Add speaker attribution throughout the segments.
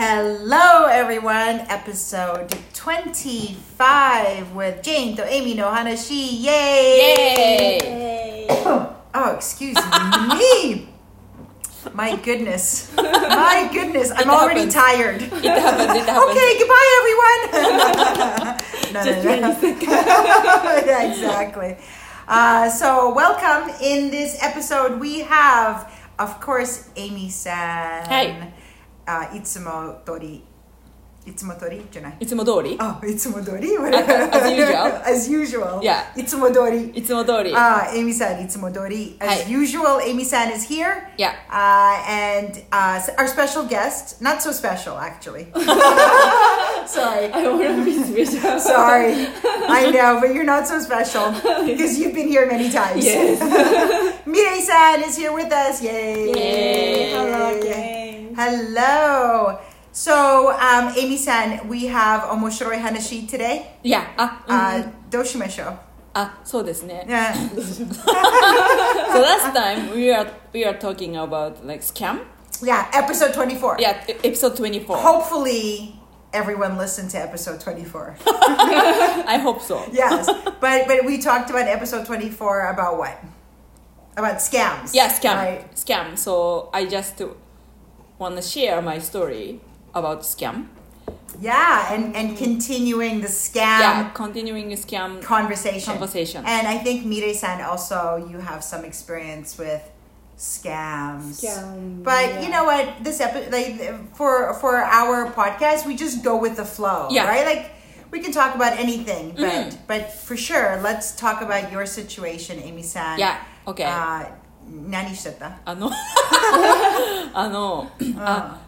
Speaker 1: Hello, everyone. Episode 25 with Jane to Amy no Hanashi. Yay! Oh, excuse me. My goodness. My goodness. I'm already
Speaker 2: happens.
Speaker 1: tired.
Speaker 2: It happens, it happens.
Speaker 1: Okay, goodbye, everyone. no, no, no.
Speaker 2: Just really sick.
Speaker 1: yeah, exactly. Uh, so, welcome. In this episode, we have, of course, Amy san.
Speaker 2: Hi.
Speaker 1: Uh, itsumo tori. Itsumo tori? じゃない。
Speaker 2: いつも通り
Speaker 1: Oh, itsumo tori?
Speaker 2: as usual.
Speaker 1: as usual.
Speaker 2: Yeah.
Speaker 1: Itsumo tori.
Speaker 2: いつも通り。
Speaker 1: Uh, Amy san, itsumo tori. As
Speaker 2: Hi.
Speaker 1: usual, Amy san is here.
Speaker 2: Yeah.
Speaker 1: Uh, and uh, s- our special guest, not so special actually. Sorry.
Speaker 2: I wanna be special.
Speaker 1: Sorry, I know, but you're not so special because you've been here many times.
Speaker 2: Yes.
Speaker 1: Mirei-san is here with us. Yay!
Speaker 2: Yay.
Speaker 3: Hello, gang.
Speaker 1: Hello. So, um, Amy-san, we have omoshiroi hanashi today.
Speaker 2: いや、あ、うん
Speaker 1: Uh, どうしましょう?
Speaker 2: あ、そうですね。
Speaker 1: Yeah.
Speaker 2: So last time we are we are talking about like scam.
Speaker 1: yeah, episode 24.
Speaker 2: Yeah, e- episode 24.
Speaker 1: Hopefully, everyone listened to episode 24.
Speaker 2: I hope so.
Speaker 1: yes, but but we talked about episode 24 about what? About scams.
Speaker 2: Yeah, scam.
Speaker 1: Right.
Speaker 2: Scam. So I just wanna share my story about scam.
Speaker 1: Yeah, and and continuing the scam
Speaker 2: Yeah, continuing scam.
Speaker 1: conversation.
Speaker 2: Conversation.
Speaker 1: And I think Mire-san also you have some experience with scams.
Speaker 3: Scam,
Speaker 1: But
Speaker 3: yeah.
Speaker 1: you know what? This episode, like for for our podcast, we just go with the flow,
Speaker 2: Yeah. Mm-hmm.
Speaker 1: right? Like we can talk about anything, but but for sure, let's talk about your situation, Amy-san.
Speaker 2: Yeah, okay.
Speaker 1: Uh, 何してた？
Speaker 2: あ の、あの、
Speaker 1: Ah.
Speaker 2: あ、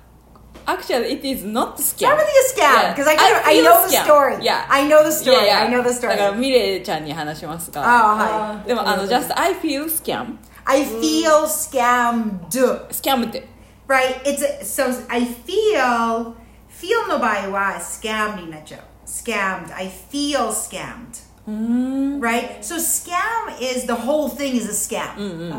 Speaker 2: actually it is not scam.
Speaker 1: Probably a scam
Speaker 2: Yeah.
Speaker 1: because I, kind of- I,
Speaker 2: I feel
Speaker 1: know the
Speaker 2: scam.
Speaker 1: story.
Speaker 2: Yeah. um,
Speaker 1: I know the story. I know the
Speaker 2: だ
Speaker 1: story.
Speaker 2: からミレイちゃんに話しますが
Speaker 1: Oh, hi.
Speaker 2: でもあの just I feel scam
Speaker 1: I feel scammed.
Speaker 2: scam って
Speaker 1: Right? It's a, so I feel feel no by wa scammed Scammed. I feel scammed. Right? So scam is the whole thing is a scam.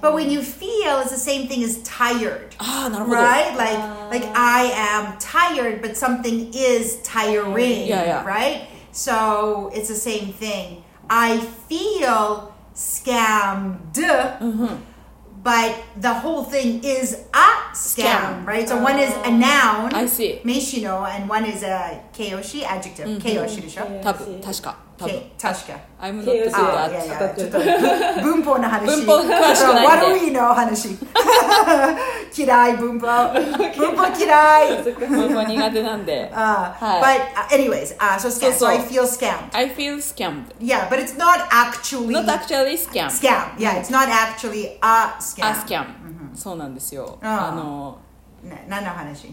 Speaker 1: But when you feel it's the same thing as tired.
Speaker 2: ああなるほど
Speaker 1: right like like i am tired but something is tiring
Speaker 2: Yeah, yeah.
Speaker 1: right so it's the same thing i feel scammed
Speaker 2: Mm-hmm.
Speaker 1: but the whole thing is a scam,
Speaker 2: Scam. Oh.
Speaker 1: right so one is a noun
Speaker 2: I see
Speaker 1: meishino and one is a keyoshi adjective
Speaker 2: Mm-hmm.
Speaker 1: keyoshi でしょ
Speaker 3: Yeah.
Speaker 2: 多分確か多分
Speaker 1: Ke- 確か
Speaker 2: I'm not
Speaker 3: K
Speaker 2: good
Speaker 3: よし
Speaker 1: Ah,
Speaker 2: at
Speaker 1: yeah,
Speaker 3: yeah.
Speaker 1: ちょっと文法の話
Speaker 2: 文法詳しくないんで
Speaker 1: What do we know 話嫌い文 法文法嫌い
Speaker 2: 文法苦手な んで
Speaker 1: Uh,
Speaker 2: はい
Speaker 1: But uh, anyways, uh, so scam. So,
Speaker 2: So-
Speaker 1: I feel scammed.
Speaker 2: I feel scammed
Speaker 1: Yeah, but it's not actually
Speaker 2: not actually scam
Speaker 1: scam. Yeah, it's not actually a scam.
Speaker 2: a scam そうなんですよ
Speaker 1: あー
Speaker 2: あの
Speaker 1: Na- 何の話？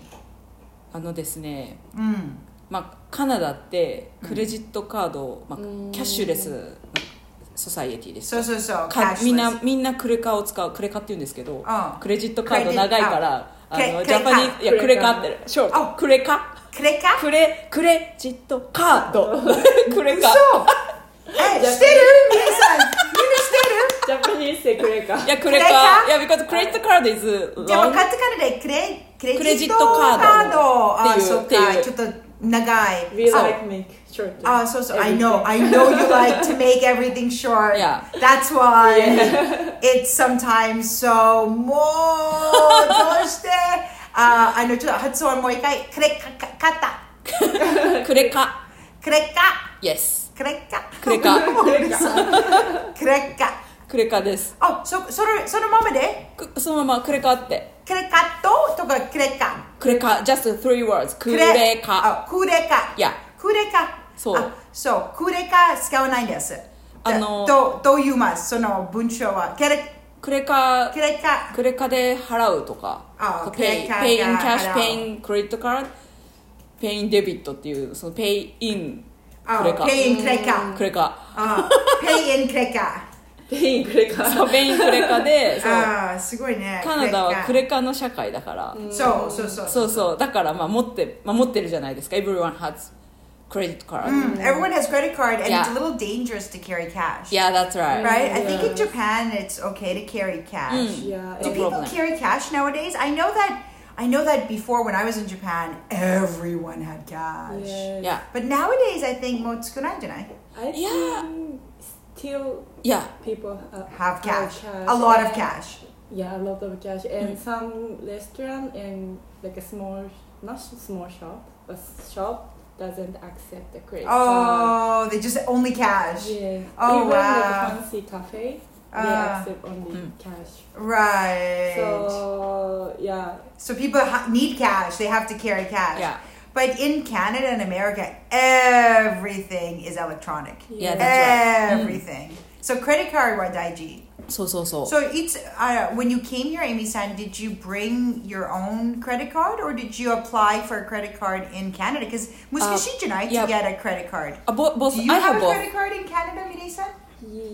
Speaker 2: あのですね
Speaker 1: Mm.
Speaker 2: まあカナダってクレジットカードをまあキャッシュレスソサイエティです
Speaker 1: そうそうそう。
Speaker 2: か
Speaker 1: cashless
Speaker 2: みんなみんなクレカを使うクレカって言うんですけど
Speaker 1: ああ
Speaker 2: クレジットカード長いから
Speaker 1: ク
Speaker 2: あ
Speaker 1: レ
Speaker 2: の
Speaker 1: ク
Speaker 2: ジ
Speaker 1: レカ
Speaker 2: ャパニーいやク
Speaker 3: ク
Speaker 2: レ
Speaker 3: レ
Speaker 2: カ
Speaker 3: カ
Speaker 2: ってショー
Speaker 1: あ
Speaker 2: トクレカ
Speaker 1: クレカ？
Speaker 2: クレクレジットカード クレカ
Speaker 1: 嘘。え、
Speaker 3: じゃあ
Speaker 1: してる？皆さん、みんなしてる？
Speaker 3: ジャパニーズでくれか。
Speaker 2: いやク
Speaker 1: ク
Speaker 2: レ
Speaker 1: レカ
Speaker 2: カいや because クレジットカード is
Speaker 1: でも
Speaker 2: long
Speaker 1: カタカナでクレク
Speaker 2: ク
Speaker 1: レ
Speaker 2: レ
Speaker 1: ジ
Speaker 2: ジ
Speaker 1: ッ
Speaker 2: ッ
Speaker 1: ト
Speaker 2: ト
Speaker 1: カ
Speaker 2: カ
Speaker 1: ー
Speaker 2: ー
Speaker 1: ド。あ、
Speaker 2: っていう
Speaker 1: そっ
Speaker 2: ってい
Speaker 1: か。
Speaker 2: う
Speaker 1: ちょっと長い。
Speaker 3: We
Speaker 1: あ
Speaker 3: like make short.
Speaker 1: Oh, so so I know, I know you like to make everything short.
Speaker 2: Yeah.
Speaker 1: that's why it's sometimes so more. Uh, どうしてああのちょっと発音もう一回クレカカカタクレカクレカ
Speaker 2: クレカ yes クレ カ
Speaker 1: Oh,
Speaker 2: クレカです
Speaker 1: Oh, クレカあそそれそのままでクレカととかクレカ
Speaker 2: くそのままクレカってクレカ just three words クレ
Speaker 1: oh,
Speaker 2: カいや
Speaker 1: クレカ
Speaker 2: そう。
Speaker 1: そうクレカ使わないんです
Speaker 2: あの、
Speaker 1: とと言いますその文章はクレカ
Speaker 2: クレカ
Speaker 1: クレカ
Speaker 2: クレカで払うとか
Speaker 1: ああ、
Speaker 2: ペイ、ペイ
Speaker 1: クレカ
Speaker 2: インキャッシ
Speaker 1: 払う
Speaker 2: ュ、ペインクレジットカード、ペインデビットっていう、そのペイイン
Speaker 1: ああ
Speaker 2: クレカ、
Speaker 1: ペインクレカ
Speaker 2: クレカ、
Speaker 1: あペインクレ カ
Speaker 3: ペイン くれか。
Speaker 2: そうペインクレカで、そう
Speaker 1: ああすごいね
Speaker 2: カナダはクレカの社会だから、
Speaker 1: そうそうそう
Speaker 2: そうそう、だからまあ持って、まあ持ってるじゃないですか、everyone has credit card。
Speaker 1: Mm, Everyone has credit card and it's a
Speaker 2: Yeah.
Speaker 1: little dangerous to carry cash
Speaker 2: Yeah, that's right.
Speaker 1: right I think in Japan it's okay to carry cash
Speaker 3: Yeah,
Speaker 1: do
Speaker 3: no
Speaker 1: people
Speaker 2: Mm, problem.
Speaker 1: carry cash nowadays I know that I know that before when I was in Japan, everyone had cash.
Speaker 3: Yes.
Speaker 2: Yeah.
Speaker 1: But nowadays, I think もう少ないんじゃない
Speaker 3: I think
Speaker 2: Yeah.
Speaker 3: still
Speaker 2: Yeah.
Speaker 3: people uh,
Speaker 1: Have cash.
Speaker 3: cash.
Speaker 1: A lot of
Speaker 3: And-
Speaker 1: cash.
Speaker 3: Yeah, a lot of cash and some restaurant and like a small, not small shop, a shop doesn't accept the credit. card.
Speaker 1: Oh, they just only cash.
Speaker 3: yeah.
Speaker 1: Oh, wow.
Speaker 3: Even like fancy cafe, they
Speaker 1: Ah.
Speaker 3: accept only
Speaker 2: Mm.
Speaker 3: cash.
Speaker 1: Right. So,
Speaker 3: So yeah,
Speaker 1: people ha- need cash. They have to carry cash.
Speaker 2: Yeah.
Speaker 1: But in Canada and America, everything is electronic.
Speaker 2: Yeah, that's right. Mm.
Speaker 1: Everything. So credit card wa daiji.
Speaker 2: そうそうそう。
Speaker 1: So it's uh, when you came here, Amy San, did you bring your own credit card or did you apply for a credit card in Canada? Because Muskashijanai
Speaker 2: yeah.
Speaker 1: to get a credit card.
Speaker 2: Uh, bo- Uh, both,
Speaker 1: Do you
Speaker 2: I
Speaker 1: have,
Speaker 2: have
Speaker 1: a
Speaker 2: both.
Speaker 1: credit card in Canada, Mide-san?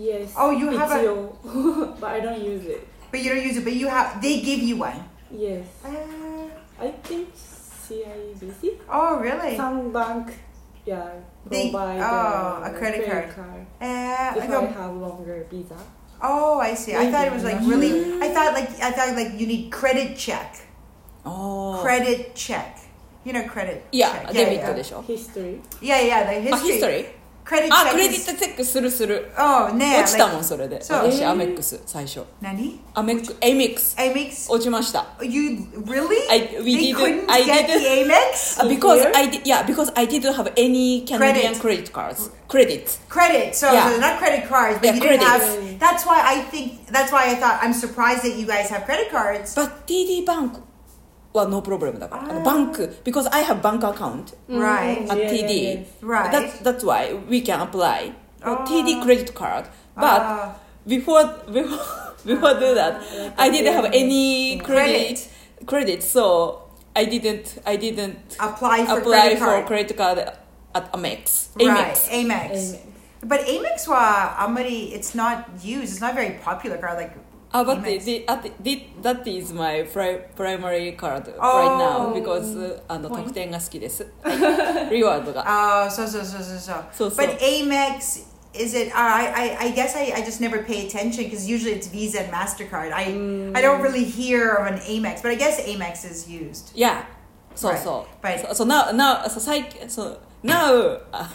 Speaker 3: yes.
Speaker 1: Oh, you have a-
Speaker 3: BTO, but I don't use it.
Speaker 1: But you don't use it, but you have they give you one.
Speaker 3: Yes,
Speaker 1: Uh,
Speaker 3: I think CIBC,
Speaker 1: oh really? Uh,
Speaker 3: some bank, yeah,
Speaker 1: They-
Speaker 3: provide
Speaker 1: oh,
Speaker 3: uh,
Speaker 1: a credit card.
Speaker 3: card.
Speaker 1: Uh, I
Speaker 3: If I
Speaker 1: go,
Speaker 3: have longer visa.
Speaker 1: oh, I see. I thought it was like
Speaker 3: Maybe.
Speaker 1: really. I thought like I thought like you need credit check,
Speaker 2: ああ。
Speaker 1: credit check. You know credit.
Speaker 2: いや
Speaker 1: check.、
Speaker 2: デビットでしょ。
Speaker 3: History.
Speaker 1: Yeah, yeah. The history.
Speaker 2: あ、ヒストリー
Speaker 1: Credit
Speaker 2: あ、
Speaker 1: check.
Speaker 2: クレディ
Speaker 1: is-
Speaker 2: ットチェックするする。
Speaker 1: oh, nah.
Speaker 2: 落ちた
Speaker 1: like-
Speaker 2: もん、それで。
Speaker 1: そう
Speaker 2: 私、
Speaker 1: えー
Speaker 2: アメックス、最初。
Speaker 1: Nani?
Speaker 2: アメックス、エイミックス。
Speaker 1: Amex?
Speaker 2: 落ちました。
Speaker 1: You really?
Speaker 2: I-
Speaker 1: they
Speaker 2: we didn't-
Speaker 1: couldn't
Speaker 2: I
Speaker 1: get
Speaker 2: didn't-
Speaker 1: the Amex
Speaker 2: Uh, because
Speaker 3: Here?
Speaker 2: I did, yeah, because I didn't have any Canadian
Speaker 1: Credit.
Speaker 2: credit cards, credit.
Speaker 1: credit. So,
Speaker 2: Yeah.
Speaker 1: so not credit cards, but
Speaker 2: Yeah,
Speaker 1: you didn't
Speaker 2: credit.
Speaker 1: have. That's why I think. That's why I thought I'm surprised that you guys have credit cards.
Speaker 2: But TD Bank は no problem だ
Speaker 1: Ah.
Speaker 2: から。あのバンク because I have bank account
Speaker 1: Mm. Right.
Speaker 2: at TD.
Speaker 1: Right.
Speaker 2: That's that's why we can apply for
Speaker 1: Ah.
Speaker 2: TD credit card. But
Speaker 1: Ah.
Speaker 2: before before before do that, I didn't have any credit
Speaker 1: Credit.
Speaker 2: credit, so I didn't I didn't
Speaker 1: Uh, apply for
Speaker 2: apply
Speaker 1: credit
Speaker 2: for
Speaker 1: card.
Speaker 2: credit card at Amex.
Speaker 1: Right,
Speaker 2: Amex.
Speaker 1: Amex.
Speaker 3: Amex.
Speaker 1: But Amex wa amari, it's not used. It's not very popular card. Like,
Speaker 2: Uh, but
Speaker 1: Amex.
Speaker 2: the, at the, that is my pri primary card right now
Speaker 1: Oh.
Speaker 2: because uh, あの
Speaker 3: Point.
Speaker 2: 得点が好きです。 はい、リワードが。
Speaker 1: oh, so so so so so.
Speaker 2: そうそう
Speaker 1: But。Amex is it? I I, I guess I, I just never pay attention because usually it's Visa and Mastercard. I I don't really hear of an Amex, but I guess Amex is used.
Speaker 2: yeah. そうそう。
Speaker 1: Right. Right.
Speaker 2: そうそう now now そう最近そう now あ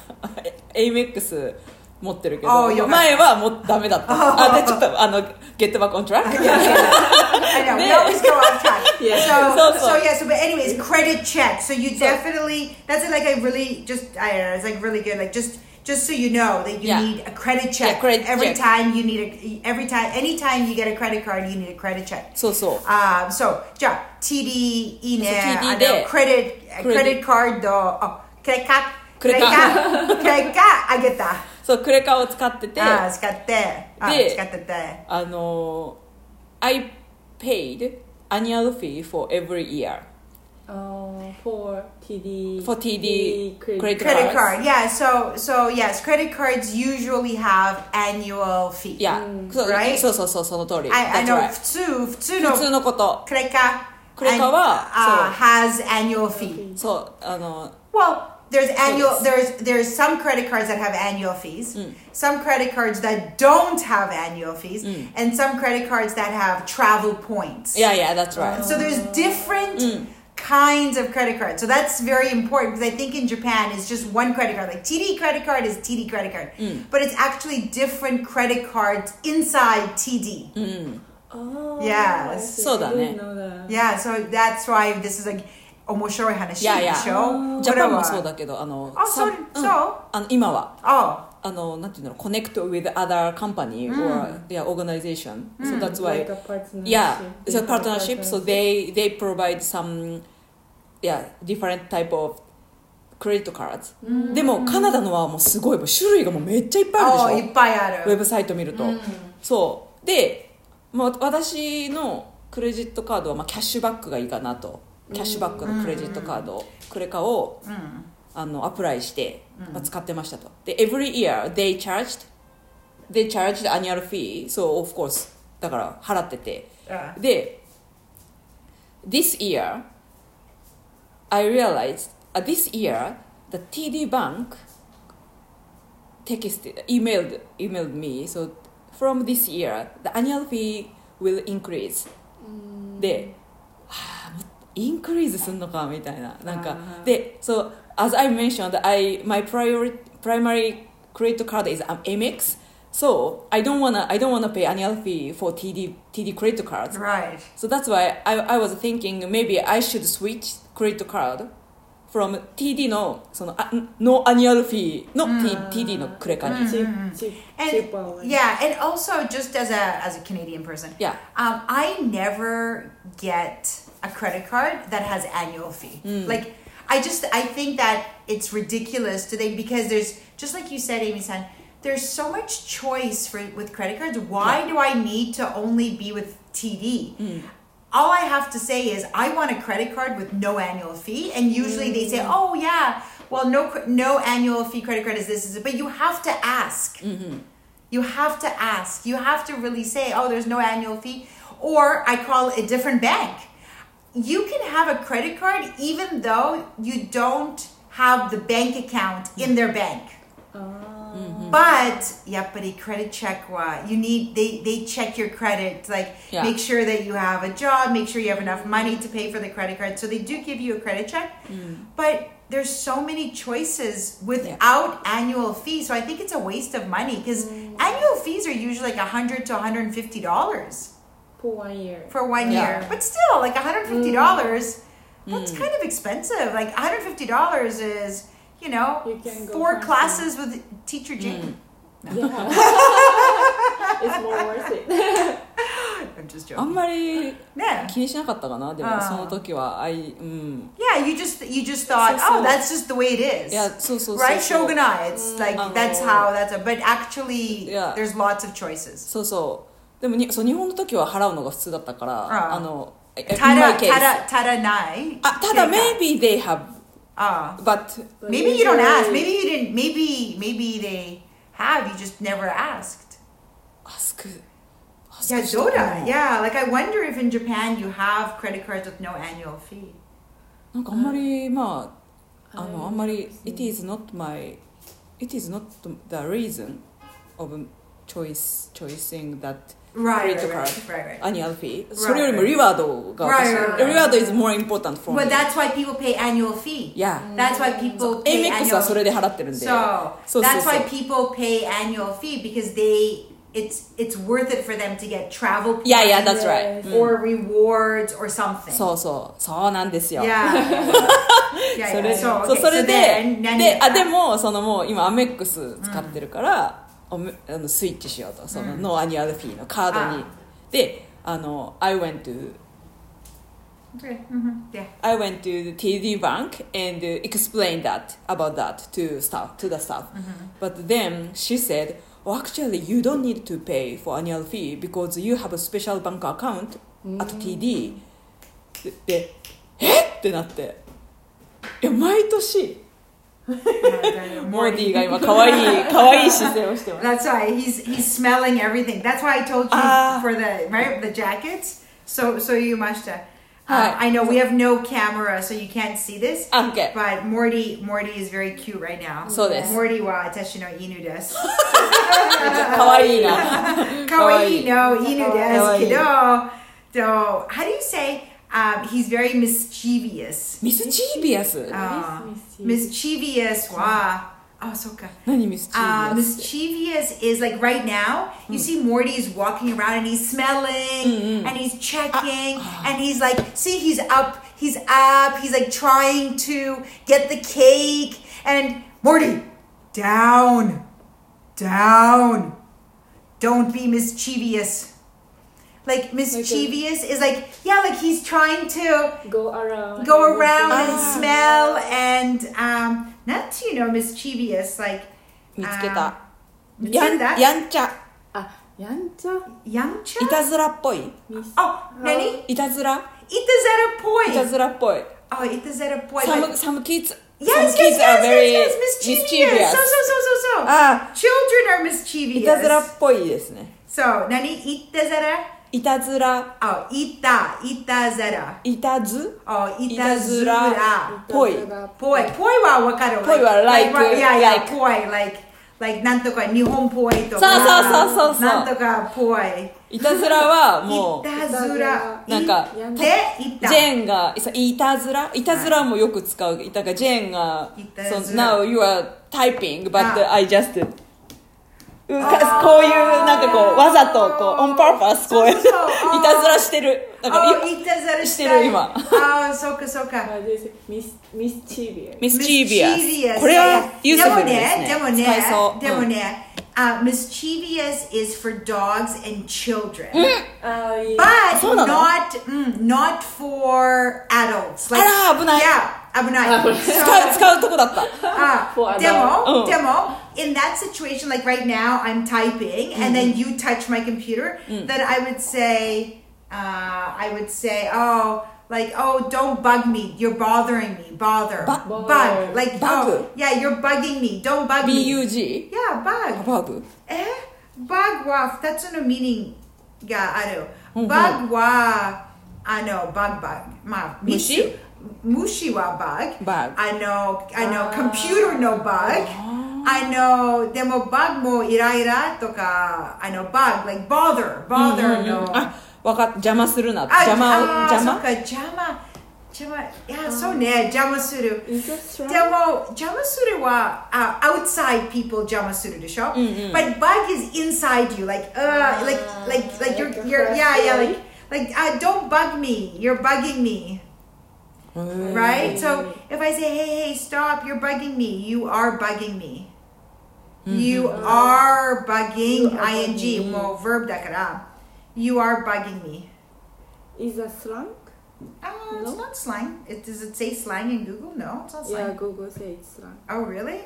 Speaker 2: Amex 持ってるけど、
Speaker 1: Oh, you have-
Speaker 2: 前はもうダメだった。あでちょっとあのゲットバックオントラ ック。
Speaker 1: I know we
Speaker 2: Yeah.
Speaker 1: always go off track.
Speaker 3: Yeah.
Speaker 1: So, so
Speaker 2: So, so.
Speaker 1: yeah. So but anyways, credit check. So you definitely that's it, like I really just I don't know. It's like really good. Like just just so you know that you
Speaker 2: Yeah.
Speaker 1: need a credit check
Speaker 2: Yeah, credit
Speaker 1: every
Speaker 2: check.
Speaker 1: time you need a every time anytime you get a credit card you need a credit check.
Speaker 2: そうそう。
Speaker 1: Um, so じゃあ、TD いいね。
Speaker 2: そう、TD
Speaker 1: あの、
Speaker 2: で。
Speaker 1: credit- credit
Speaker 2: Credit.
Speaker 1: card の、あ、credit card。
Speaker 2: credit
Speaker 1: credit card。credit card あげた。
Speaker 2: そうクレカを使ってて、
Speaker 1: Ah,
Speaker 2: あ
Speaker 1: あ、使って。あ、
Speaker 2: で。
Speaker 1: 使ってて。
Speaker 2: の I paid annual fee for every year.
Speaker 3: Uh, for TD.
Speaker 2: For TD credit
Speaker 3: credit. card.
Speaker 1: Credit
Speaker 2: Cards.
Speaker 1: card, yeah. So, so yes, credit cards usually have annual fee.
Speaker 2: いや、そう
Speaker 1: Right?
Speaker 2: そうそうそうその通り。
Speaker 1: I, I
Speaker 2: That's
Speaker 1: know.
Speaker 2: right.
Speaker 1: 普通、普通の
Speaker 2: 普通のこと。
Speaker 1: credit card-
Speaker 2: クレカは、
Speaker 1: uh, has annual fee.
Speaker 2: そう、あの、
Speaker 1: Well, there's annual.
Speaker 2: it's-
Speaker 1: There's there's some credit cards that have annual fees. Some credit cards that don't have annual fees, and some credit cards that have travel points.
Speaker 2: いやいや、that's right.
Speaker 1: So there's different
Speaker 2: Mm.
Speaker 1: kinds of credit cards. So that's very important because I think in Japan it's just one credit card. Like TD credit card is TD credit card,
Speaker 2: Mm.
Speaker 1: but it's actually different credit cards inside TD.
Speaker 2: Mm.
Speaker 3: Oh,
Speaker 1: Yeah,
Speaker 3: I
Speaker 1: so
Speaker 3: see.
Speaker 2: そうだね。
Speaker 3: I didn't know that.
Speaker 1: Yeah, so that's why this is like 面白い話
Speaker 2: Yeah, yeah. Oh,
Speaker 1: でしょ。
Speaker 2: ジャパンもそ
Speaker 1: これは。
Speaker 2: うだけど、あの、
Speaker 1: あ
Speaker 2: さ
Speaker 1: そうんそうん
Speaker 2: あの今は、
Speaker 1: Oh.
Speaker 2: あの、なんていうの、connect with other company or their organization.
Speaker 1: Hmm.
Speaker 2: So that's
Speaker 3: Like
Speaker 2: why,
Speaker 3: a partnership.
Speaker 2: yeah, it's a
Speaker 3: Different
Speaker 2: partnership. So they, they provide some, yeah, different type of credit cards. でも、カナダのはもうすごい、もう種類がもうめっちゃいっぱいあるでしょ。
Speaker 1: あいっぱいあ
Speaker 2: ウェ
Speaker 1: る
Speaker 2: ブサイト見ると、そうで、まあ、私のクレジットカードは、まあ、キャッシュバックがいいかなとキャッシュバックのクレジットカード、クレカを、
Speaker 1: Mm.
Speaker 2: あのアプライして、まあ、使ってましたとで every year they charged they charged annual fee so of course だから払ってて
Speaker 1: あ
Speaker 2: で this year I realized uh, this year the TD Bank texted emailed emailed me so from this
Speaker 3: Mm.
Speaker 2: year the annual fee will increase で、はあ、もうインクリーズすんのかみたいななんか
Speaker 3: Uh-huh. Ah.
Speaker 1: あー
Speaker 2: で so as I mentioned I my priori- primary credit card is an Amex so I don't wanna I don't wanna pay annual fee for TD TD credit cards
Speaker 1: Right.
Speaker 2: so that's why I I was thinking maybe I should switch credit card from TD のそのあ no annual fee の T- TD のクレカに
Speaker 3: Cheap, cheap,
Speaker 1: And-
Speaker 3: cheaper one.
Speaker 1: Yeah, and also just as a as a Canadian person,
Speaker 2: Yeah.
Speaker 1: um, I never get a credit card that has annual fee. Like, I just I think that it's ridiculous today because there's just like you said, Amy San, there's so much choice for with credit cards. Why do I need to only be with TD? All I have to say is I want a credit card with no annual fee, and usually they say, "Oh yeah, well no cr- no annual fee credit card is this is it," but you have to ask. You have to ask. You have to really say, oh, there's no annual fee. Or I call a different bank. You can have a credit card even though you don't have the bank account in their bank. But yeah, but a credit check what you need they they check your credit like
Speaker 2: Yeah.
Speaker 1: make sure that you have a job, make sure you have enough money to pay for the credit card. So they do give you a credit check.
Speaker 2: Mm.
Speaker 1: But there's so many choices without annual fee. So I think it's a waste of money because annual fees are usually like 100 to 150 dollars
Speaker 3: For one year.
Speaker 1: for one
Speaker 2: Yeah. Mm.
Speaker 1: year. But still, like 150 dollars that's kind of expensive. Like 150 dollars is, you know,
Speaker 3: You can go
Speaker 1: four
Speaker 3: find
Speaker 1: classes with teacher Jane.
Speaker 2: Mm.
Speaker 3: Yeah. it's more worth it.
Speaker 1: I'm just
Speaker 2: あん
Speaker 1: joking.
Speaker 2: まり
Speaker 1: Yeah.
Speaker 2: 気にしなかったかなで
Speaker 1: あ
Speaker 2: も
Speaker 1: ー
Speaker 2: その時は I うん
Speaker 1: Yeah, you just you just thought,
Speaker 2: So- so-
Speaker 1: oh, that's just the way it is.
Speaker 2: いやそうそうそうそう
Speaker 1: Right, Shogunai. It's like
Speaker 2: I
Speaker 1: that's
Speaker 2: know.
Speaker 1: how that's. A, but actually,
Speaker 2: Mm, um, Yeah.
Speaker 1: there's lots of choices.
Speaker 2: そうそうでもにそう日本の時は払うのが普通だったから
Speaker 1: あー
Speaker 2: あの in my
Speaker 1: Tada,
Speaker 2: case Ah,
Speaker 1: tada, tada nai.
Speaker 2: あただ
Speaker 1: Kirika.
Speaker 2: maybe they have
Speaker 1: Ah.
Speaker 2: but
Speaker 3: But
Speaker 1: maybe you don't ask.
Speaker 3: usually-
Speaker 1: Maybe you didn't. Maybe maybe they have. You just never asked.
Speaker 2: ask ask
Speaker 1: Yeah,
Speaker 2: したかな
Speaker 1: Dora. Yeah, like I wonder if in Japan you have credit cards with no annual fee.
Speaker 2: なんかあんまりまああ
Speaker 3: あー
Speaker 2: のあんまり it is not my it is not the reason of choice choicing that
Speaker 1: Right,
Speaker 2: Credit
Speaker 1: right,
Speaker 2: card.
Speaker 1: right, right, right.
Speaker 2: アニュアルフィー
Speaker 1: Right.
Speaker 2: それよりもリワードが
Speaker 1: Right,
Speaker 2: 私
Speaker 1: right, right.
Speaker 2: リワード is more important for me
Speaker 1: But that's why people pay annual fee.
Speaker 2: Yeah.
Speaker 1: That's why people pay
Speaker 2: AMX は
Speaker 1: annual
Speaker 2: それで払ってるんで
Speaker 1: So,
Speaker 2: そうそうそう
Speaker 1: that's why people pay annual fee because they it's it's worth it for them to get travel points
Speaker 2: Yeah, yeah, that's right.
Speaker 3: Yes.
Speaker 2: Mm.
Speaker 1: or rewards or something.
Speaker 2: そうそうそうなんですよ
Speaker 1: yeah. yeah, yeah.
Speaker 2: それ
Speaker 1: So,
Speaker 2: そう
Speaker 1: okay,
Speaker 2: それ
Speaker 1: so
Speaker 2: で
Speaker 1: then, then
Speaker 2: で
Speaker 1: you-
Speaker 2: あでもそのもう今アメックス使ってるから、おめあのスイッチしようとそのノーアニュアルフィーのカードに
Speaker 1: あ
Speaker 2: であの I went to
Speaker 1: Okay, mhm, yeah.
Speaker 2: I went to the TD bank and uh, explained that about that to staff to the staff.
Speaker 1: mm-hmm.
Speaker 2: But then she said, "Oh, actually, you don't need to pay for annual fee because you have a special bank account at TD." ででえってなって、いや毎年
Speaker 1: Yeah,
Speaker 2: モーディ
Speaker 1: Morty.
Speaker 2: が今可愛い可愛い姿勢をしてます。
Speaker 1: That's why he's he's smelling everything. That's why I told you
Speaker 2: Ah.
Speaker 1: for the right the jackets. So so you mashta. Uh,
Speaker 2: Hi.
Speaker 1: I know we have no camera, so you can't see this.
Speaker 2: あ、OK。
Speaker 1: But Morty Morty is very cute right now.
Speaker 2: そうです。
Speaker 1: Morty wa atashi no inu desu.
Speaker 2: 可愛いな。
Speaker 1: Kawaii no inu desu
Speaker 2: 可愛い。
Speaker 1: kido. So how do you say um, he's very mischievous?
Speaker 2: ミスチービアス。
Speaker 1: Uh,
Speaker 3: Mischievous.
Speaker 1: mischievous wa. Oh, soka.
Speaker 2: 何ミスチー
Speaker 1: Uh,
Speaker 2: ビアスって。
Speaker 1: mischievous is like right now, you see Morty's walking around and he's smelling and he's checking and he's like, see, he's up, he's up, he's like trying to get the cake. And Morty, down, down, don't be mischievous. Like mischievous is like, yeah, like he's trying to
Speaker 3: Go around.
Speaker 1: go
Speaker 3: and
Speaker 1: around
Speaker 3: see.
Speaker 1: and smell and um, not you know mischievous like
Speaker 2: 見つけた。
Speaker 1: um,
Speaker 2: やん
Speaker 1: isn't that
Speaker 2: やんちゃ。
Speaker 3: Ah, yancha.
Speaker 1: yamcha
Speaker 2: いたずらっぽい。
Speaker 1: oh nani
Speaker 2: いたずら。
Speaker 1: itazera
Speaker 2: いた
Speaker 1: poi
Speaker 2: ずらっぽい。
Speaker 1: oh itazera poi
Speaker 2: Some,
Speaker 1: but-
Speaker 2: some kids,
Speaker 1: yes yes
Speaker 2: some
Speaker 1: yes,
Speaker 2: kids
Speaker 1: yes,
Speaker 2: are very Uh,
Speaker 1: yes, mischievous. so so so so so
Speaker 2: あ
Speaker 1: children are
Speaker 2: あ、いたずらっ
Speaker 1: mischievous
Speaker 2: ぽいですね。
Speaker 1: so nani itazera
Speaker 2: いたずら、
Speaker 1: oh ita itazera
Speaker 2: いたず、
Speaker 1: oh
Speaker 2: いたずら
Speaker 1: itazura
Speaker 2: っぽい。
Speaker 1: poi poi wa wakaru
Speaker 2: Poi wa like-
Speaker 1: yeah yeah
Speaker 2: like-
Speaker 1: poi like like なんとか日本っぽいとか
Speaker 2: そうそうそうそうそう
Speaker 1: なんとかっぽい
Speaker 2: いたずらは もう
Speaker 1: いたずら
Speaker 2: なんか
Speaker 1: いでいった
Speaker 2: ジェーンがいさいたずらいたずらもよく使ういたがジェーンが
Speaker 1: いたず
Speaker 2: そ
Speaker 1: ら
Speaker 2: の Now you are typing but
Speaker 1: あ
Speaker 2: I just うか
Speaker 1: あー
Speaker 2: こういうなんかこうわざとこう on purpose こうやって
Speaker 1: そうそうそうあー
Speaker 2: いたずらしてるだか
Speaker 1: あ
Speaker 2: ら
Speaker 1: いたずら
Speaker 2: して る今
Speaker 1: ああそうかそうか
Speaker 3: How do you Uh, say mis mischievous?
Speaker 2: ミスチービア
Speaker 1: Mischievous
Speaker 2: スこれはユースフルです
Speaker 1: でも
Speaker 2: ね
Speaker 1: ね
Speaker 2: 使えそう
Speaker 1: でもねでも
Speaker 2: うん
Speaker 1: ね、あ Uh, mischievous is for dogs and children、
Speaker 3: Uh, yeah.
Speaker 1: But
Speaker 2: そうなの
Speaker 1: not, mm, not for adults.
Speaker 2: あら危ない
Speaker 1: Yeah, 危ない。
Speaker 2: 使
Speaker 1: So,
Speaker 2: う使うとこだった
Speaker 1: ah,
Speaker 3: For adult.
Speaker 1: demo,
Speaker 2: うん。
Speaker 1: demo. In that situation, like right now, I'm typing, and then you touch my computer. Then I would say, uh, I would say, oh, like oh, don't bug me. You're bothering me. Bother.
Speaker 2: Bu-
Speaker 1: bug. Like
Speaker 2: Bug.
Speaker 1: oh, yeah, you're bugging me. Don't bug me.
Speaker 2: BUG
Speaker 1: Yeah, bug. Eh?
Speaker 2: バグ
Speaker 1: えバグは2つのミーニングがある。バグは、あの、バグバグ。まあ、ミス
Speaker 2: 虫
Speaker 1: 虫はバグ。
Speaker 2: バグ
Speaker 1: あの、あの、コンピューターのバグ。
Speaker 3: Oh.
Speaker 1: あの、でもバグもイライラとか、あの、バグ、like bother,
Speaker 3: Mm-hmm.
Speaker 1: bother Ah, の。
Speaker 3: Ah,
Speaker 2: あわかっ邪魔するな
Speaker 1: あ
Speaker 2: 邪魔を
Speaker 1: あー
Speaker 2: 邪
Speaker 1: そっ
Speaker 2: 魔
Speaker 1: か、邪魔。邪魔。い
Speaker 3: Oh.
Speaker 1: や、そうね、邪魔する。
Speaker 3: Is this
Speaker 1: で
Speaker 3: right?
Speaker 1: も邪魔するは、あ uh, outside people 邪魔するでし
Speaker 3: Mm.
Speaker 1: ょ、But bug is inside you like uh like like like you're
Speaker 3: Ah, like a
Speaker 1: you're yeah yeah like
Speaker 3: frustrate.
Speaker 1: like uh, don't bug me you're bugging me
Speaker 2: へ ー
Speaker 3: Mm.
Speaker 1: right so if I say hey hey stop you're bugging me you are bugging me you are bugging
Speaker 3: You are bugging
Speaker 1: ing もう verb だから you are bugging me
Speaker 3: Is a slang?
Speaker 1: ah it's
Speaker 3: No.
Speaker 1: not slang it does it say slang in Google no it's not
Speaker 3: Yeah,
Speaker 1: slang
Speaker 3: Google says it's slang.
Speaker 1: oh really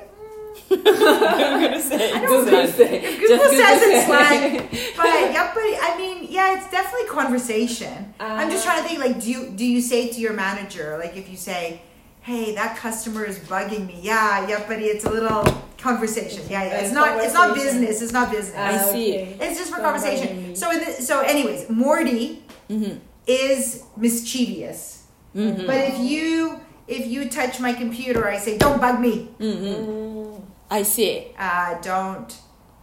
Speaker 1: Mm.
Speaker 2: Google says
Speaker 1: don't
Speaker 2: slang.
Speaker 1: If Google
Speaker 2: Just
Speaker 1: says it's
Speaker 2: Google
Speaker 1: slang,
Speaker 2: says.
Speaker 1: but yeah, but I mean, yeah, it's definitely conversation. I'm just
Speaker 3: Uh-huh.
Speaker 1: trying to think, like, do you do you say to your manager, like, if you say, "Hey, that customer is bugging me," yeah, yeah, but it's a little conversation. Yeah, yeah, it's
Speaker 3: Uh,
Speaker 1: not, it's not
Speaker 3: conversation.
Speaker 1: business, it's not business.
Speaker 2: I
Speaker 3: Ah,
Speaker 2: see.
Speaker 3: okay.
Speaker 1: It's just for
Speaker 3: Don't bother
Speaker 1: conversation.
Speaker 3: me.
Speaker 1: So, in the, so, anyways, Morty is mischievous,
Speaker 2: Mm.
Speaker 1: but if you if you touch my computer, I say, "Don't bug me." Mm.
Speaker 2: I see.
Speaker 1: Uh, don't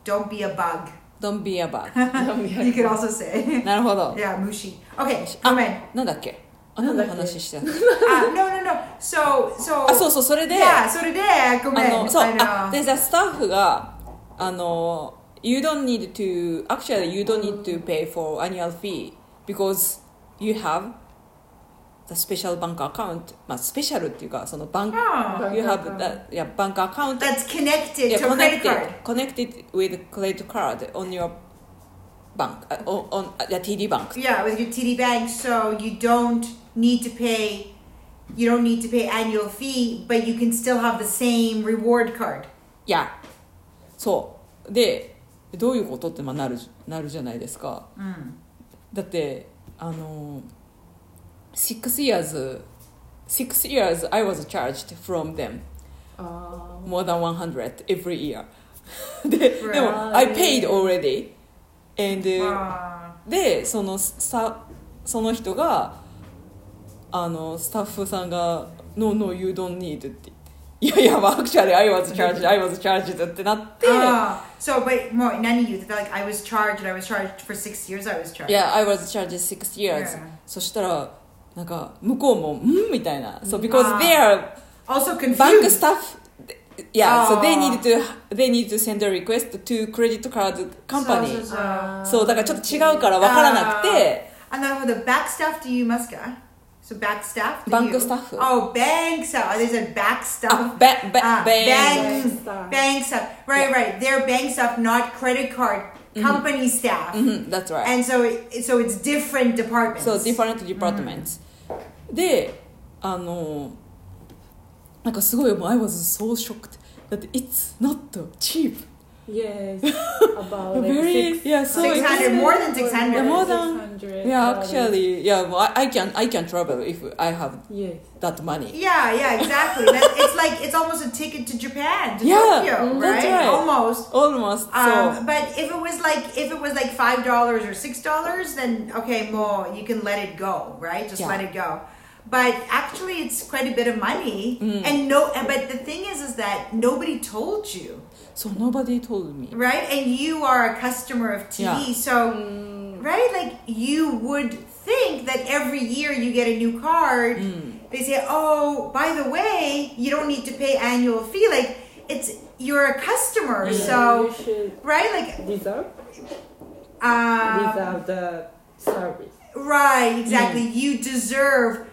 Speaker 1: don't be a bug.
Speaker 2: Don't be a bug.
Speaker 1: You could also say.
Speaker 2: なるほど。
Speaker 1: yeah, mushi. Okay,
Speaker 2: あ
Speaker 1: go ahead.
Speaker 2: なんだっけあ何の話してたの
Speaker 1: Uh, no, no, no. So, so.
Speaker 2: あ、そうそう、それで、
Speaker 1: Yeah, so today, go
Speaker 2: あ
Speaker 1: ahead.
Speaker 2: の、そう、
Speaker 1: I
Speaker 2: あ、
Speaker 1: know.
Speaker 2: で、じゃあスタッフが、あの、You don't need to, actually you don't need to pay for annual fee because you have the special bank account. まあ、スペシャルっていうか、そのバンク、
Speaker 1: Oh,
Speaker 2: you have
Speaker 3: account.
Speaker 2: that, yeah, bank account
Speaker 1: that's connected
Speaker 2: yeah,
Speaker 1: to credit card.
Speaker 2: connected, connected with credit card on your bank, uh, on, on uh, yeah, TD bank.
Speaker 1: Yeah, with your TD Bank, so you don't need to pay. You don't need to pay annual fee, but you can still have the same reward card.
Speaker 2: いやそうでどういうことってまあなるなるじゃないですか、だってあの6 years 6 years I was charged from them
Speaker 3: Uh,
Speaker 2: more than 100 every year ででも
Speaker 1: Right.
Speaker 2: I paid already and、
Speaker 1: Uh,
Speaker 2: でそのさその人があのスタッフさんが「No, no, you don't need」って言って「いやいや、まあ actually I was charged, I was charged」ってなって「
Speaker 1: ah, so, but more, none of you. They're like, I was charged, I was charged for six years, I was charged.
Speaker 2: Yeah, I was charged six years、
Speaker 1: Yeah.
Speaker 2: そしたらなんか向こうも「ん?」みたいな「so、because
Speaker 1: あ
Speaker 2: they are
Speaker 1: Also confused.
Speaker 2: bank staff yeah、so
Speaker 1: あ
Speaker 2: they
Speaker 1: ー
Speaker 2: need to they need to send a request to credit card
Speaker 1: そ
Speaker 2: company
Speaker 1: うそうそうあ
Speaker 3: Uh,
Speaker 2: そうだからちょっと違うから分からなくて
Speaker 1: あなるほど back staff to you ますか So back staff to
Speaker 2: バン
Speaker 1: you?
Speaker 2: クスタッフ
Speaker 1: Oh, bank staff. They said back
Speaker 2: あ
Speaker 1: staff.
Speaker 2: べべ
Speaker 1: Ah,
Speaker 2: べ
Speaker 1: bank,
Speaker 3: Bank
Speaker 2: Ah.
Speaker 3: staff.
Speaker 1: bank staff. Right, right. They're bank staff, not credit card
Speaker 2: Mm-hmm.
Speaker 1: company staff.
Speaker 2: うん、that's right
Speaker 1: And so, it, so it's different departments.
Speaker 2: そう different departments、であのなんかすごいもう I was so shocked that it's not cheap
Speaker 3: yes, about like
Speaker 2: very
Speaker 3: six,
Speaker 2: yeah so
Speaker 1: Six hundred,
Speaker 2: it's-
Speaker 1: more than six hundred.
Speaker 2: more than-
Speaker 3: 600
Speaker 2: yeah
Speaker 3: dollars.
Speaker 2: actually yeah well, I, I can I can travel if I have
Speaker 3: Yes.
Speaker 2: that money
Speaker 1: Yeah, yeah, exactly. That- it's like it's almost a ticket to Japan, to
Speaker 2: Yeah,
Speaker 1: Tokyo,
Speaker 2: mm, that's right.
Speaker 1: Almost.
Speaker 2: almost
Speaker 1: Um,
Speaker 2: so
Speaker 1: but if it was like if it was like five dollars or six dollars, then okay, more you can let it go, right? Just
Speaker 2: Yeah.
Speaker 1: let it go. but actually it's quite a bit of money
Speaker 2: Mm.
Speaker 1: and no and but the thing is is that nobody told you
Speaker 2: So nobody told me.
Speaker 1: right and you are a customer of tv
Speaker 2: Yeah.
Speaker 1: so right like you would think that every year you get a new card
Speaker 2: Mm.
Speaker 1: they say oh by the way you don't need to pay annual fee like it's you're a customer
Speaker 2: Mm.
Speaker 3: you
Speaker 1: so
Speaker 3: should
Speaker 1: right like
Speaker 3: deserve
Speaker 1: um,
Speaker 3: without the service.
Speaker 1: right exactly
Speaker 2: Mm.
Speaker 1: you deserve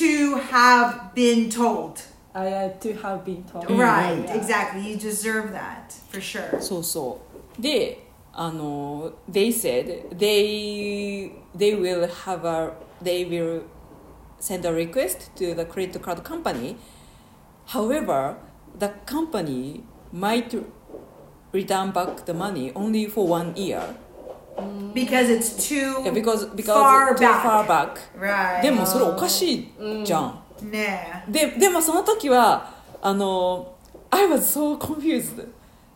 Speaker 1: to have been told
Speaker 3: I had to have been told.
Speaker 2: Mm.
Speaker 1: Right,
Speaker 3: Yeah.
Speaker 1: exactly. You deserve that for sure.
Speaker 2: そうそう。で、あの、they said they, they will have a, they will send a request to the credit card company. However, the company might return back the money only for one year.
Speaker 1: Because it's too
Speaker 2: Yeah, because, because
Speaker 1: far
Speaker 2: too
Speaker 1: back. Uh,
Speaker 2: far back.
Speaker 1: right.
Speaker 2: でもそれおかしいじゃん。
Speaker 1: ね
Speaker 2: ででもその時はあの I was so confused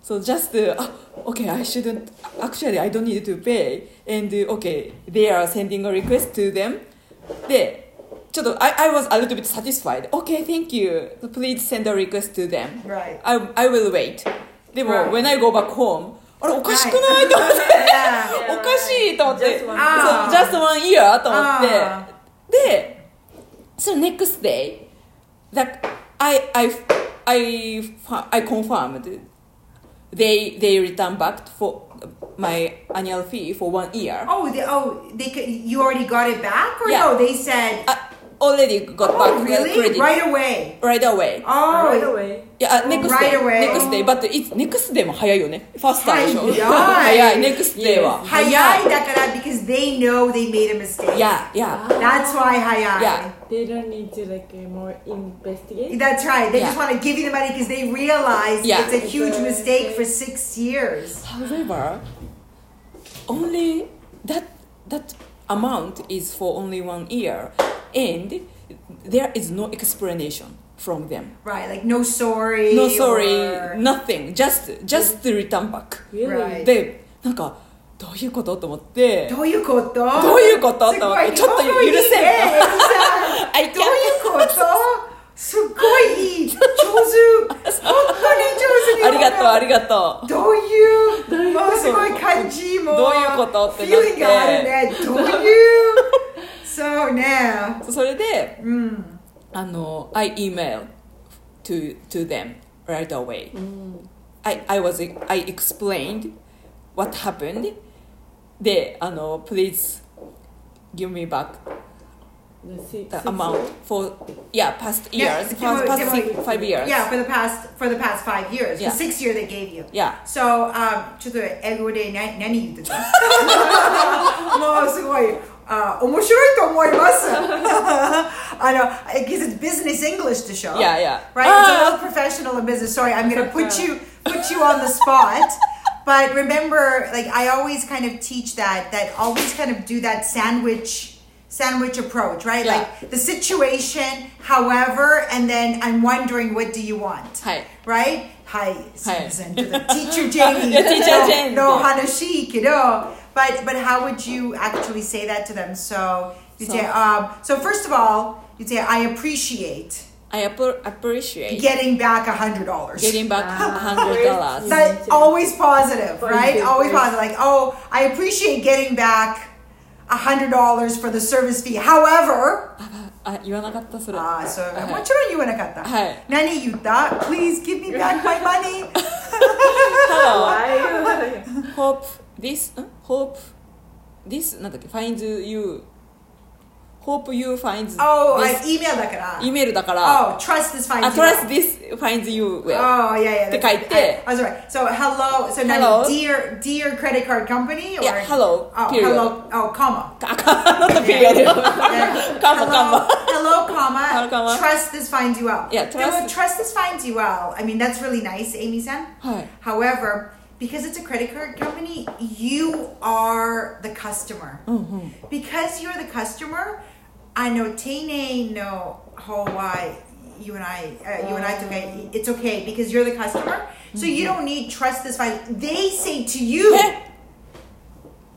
Speaker 2: so just uh, ah, okay I shouldn't actually I don't need to pay and uh, okay they are sending a request to them でちょっと I, I was a little bit satisfied okay thank you please send a request to them
Speaker 1: Right.
Speaker 2: I, I will wait でも、
Speaker 1: Right.
Speaker 2: when I go back home あれおかしくない、
Speaker 1: Right.
Speaker 2: と思って
Speaker 1: Yeah.
Speaker 2: おかしいと思って、
Speaker 3: Just one
Speaker 1: あー
Speaker 2: so just one year と思
Speaker 1: あ
Speaker 2: って、で、so next day, that I I I I confirmed they they return back for my annual fee for one year.
Speaker 1: Oh, they, oh, they could, you already got it back or
Speaker 2: Yeah.
Speaker 1: no? They said,
Speaker 2: I already got
Speaker 1: oh,
Speaker 2: back the
Speaker 1: really?
Speaker 2: credit
Speaker 1: Right away.
Speaker 2: right away.
Speaker 1: Oh,
Speaker 3: Right away.
Speaker 2: Yeah, uh, next
Speaker 1: Right
Speaker 2: day,
Speaker 1: away.
Speaker 2: next day, but it's next day も早いよね。ファスターでしょ。
Speaker 1: 早い
Speaker 2: 早い、next day は。
Speaker 1: hayai dakara because they know they made a mistake.
Speaker 2: Yeah, yeah,
Speaker 1: That's why hayai.
Speaker 2: yeah.
Speaker 3: They don't need to like uh, more investigate.
Speaker 1: That's right. They just
Speaker 2: Yeah.
Speaker 1: want to give you the money because they realize
Speaker 2: Yeah.
Speaker 1: it's a huge
Speaker 3: It's a-
Speaker 1: mistake for six years.
Speaker 2: However, only that that amount is for only one year, and there is no explanation from them.
Speaker 1: Right. Like no sorry.
Speaker 2: No sorry,
Speaker 1: or-
Speaker 2: nothing. Just just the return back.
Speaker 3: Really?
Speaker 1: Right.
Speaker 2: でなんかどういうことと思って
Speaker 1: どういうこと
Speaker 2: どういうこと
Speaker 1: す
Speaker 2: と
Speaker 1: ご
Speaker 2: 思っ
Speaker 1: い
Speaker 2: てちょっと許せん
Speaker 1: 日本語いいねエリ さん
Speaker 2: I
Speaker 1: どういうことすっごい いい上手本当に上手に
Speaker 2: ありがとうありがとう。
Speaker 1: どういう
Speaker 3: どういうこ
Speaker 1: も
Speaker 3: と
Speaker 1: のすごい感じも
Speaker 2: どういうことってな
Speaker 1: フィ
Speaker 2: って
Speaker 1: ーリングがあるねどういう そうね
Speaker 2: それで
Speaker 1: うん
Speaker 2: あの I email to to them right away.
Speaker 3: Mm.
Speaker 2: I, I was I explained what happened. で、あの、please give me back
Speaker 3: The si-
Speaker 2: the
Speaker 3: six
Speaker 2: amount
Speaker 3: years.
Speaker 2: for yeah past
Speaker 1: Yeah,
Speaker 2: years,
Speaker 1: give
Speaker 2: past,
Speaker 1: me-
Speaker 2: past
Speaker 1: give
Speaker 2: six,
Speaker 1: me-
Speaker 2: five years.
Speaker 1: Yeah, for the past for the past five years.
Speaker 2: Yeah.
Speaker 1: The six year they gave you.
Speaker 2: Yeah.
Speaker 1: So, um, ちょっと英語でな何言って たもうすごい、あ面白いと思い ます。あの、because it's business English でしょ
Speaker 2: Yeah, yeah.
Speaker 1: Right? It's
Speaker 2: Ah.
Speaker 1: a little professional in business. Sorry, I'm going to put you put you on the spot. But remember, like I always kind of teach that that always kind of do that sandwich sandwich approach, right?
Speaker 2: Yeah.
Speaker 1: Like the situation, however, and then I'm wondering what do you want?
Speaker 2: はい。
Speaker 1: Right? Hi,
Speaker 2: はい。
Speaker 1: Susan, to the teacher Jamie.
Speaker 2: Yeah, teacher
Speaker 1: no,
Speaker 2: Jamie.
Speaker 1: No, Hanashi, you know. But but how would you actually say that to them? So you would
Speaker 2: So-
Speaker 1: say, um, so first of all, you would say I appreciate
Speaker 2: I appre- appreciate
Speaker 1: getting back a hundred dollars.
Speaker 2: getting back
Speaker 1: Ah.
Speaker 2: hundred dollars.
Speaker 3: That-
Speaker 1: That's always positive, right?
Speaker 3: Positive,
Speaker 1: Always
Speaker 3: yes.
Speaker 1: positive. Like, oh, I appreciate getting back a hundred dollars for the service fee. However,
Speaker 2: Uh-huh. あ、言わなかったそれ。
Speaker 1: ah, so
Speaker 2: はい。
Speaker 1: もちろん言わなかった。
Speaker 2: はい。
Speaker 1: 何言った？Please give me back my money.
Speaker 3: Oh,
Speaker 2: Hello,
Speaker 3: Why?
Speaker 2: hope this ん hope this なんだっけ finds you hope you finds
Speaker 1: Oh, I
Speaker 2: this
Speaker 1: email だから。
Speaker 2: E メールだから。
Speaker 1: Oh, trust this fine.
Speaker 2: I trust this finds you well.
Speaker 1: Oh yeah, yeah.
Speaker 2: って書いて。
Speaker 1: I was right. So hello. So now
Speaker 2: Hello.
Speaker 1: dear, dear credit card company or
Speaker 2: Yeah, hello,
Speaker 1: Oh,
Speaker 2: period.
Speaker 1: hello. Oh, comma.
Speaker 2: あなたペリオド。
Speaker 1: Yeah.
Speaker 2: Comma,
Speaker 1: hello,
Speaker 2: comma.
Speaker 1: Hello, comma.
Speaker 2: Hello, comma.
Speaker 1: Trust this finds you well.
Speaker 2: Yeah, trust-
Speaker 1: No, trust this finds you well. I mean, that's really nice, Amy san.
Speaker 2: はい。
Speaker 1: However, because it's a credit card company, you are the customer.
Speaker 2: Mm-hmm.
Speaker 1: Because you're the customer, I know Tene no Hawaii. You and I, uh, you and I took it.
Speaker 2: Oh.
Speaker 1: It's okay because you're the customer, so you
Speaker 2: Mm-hmm.
Speaker 1: don't need trust this finds. They say to you,
Speaker 2: え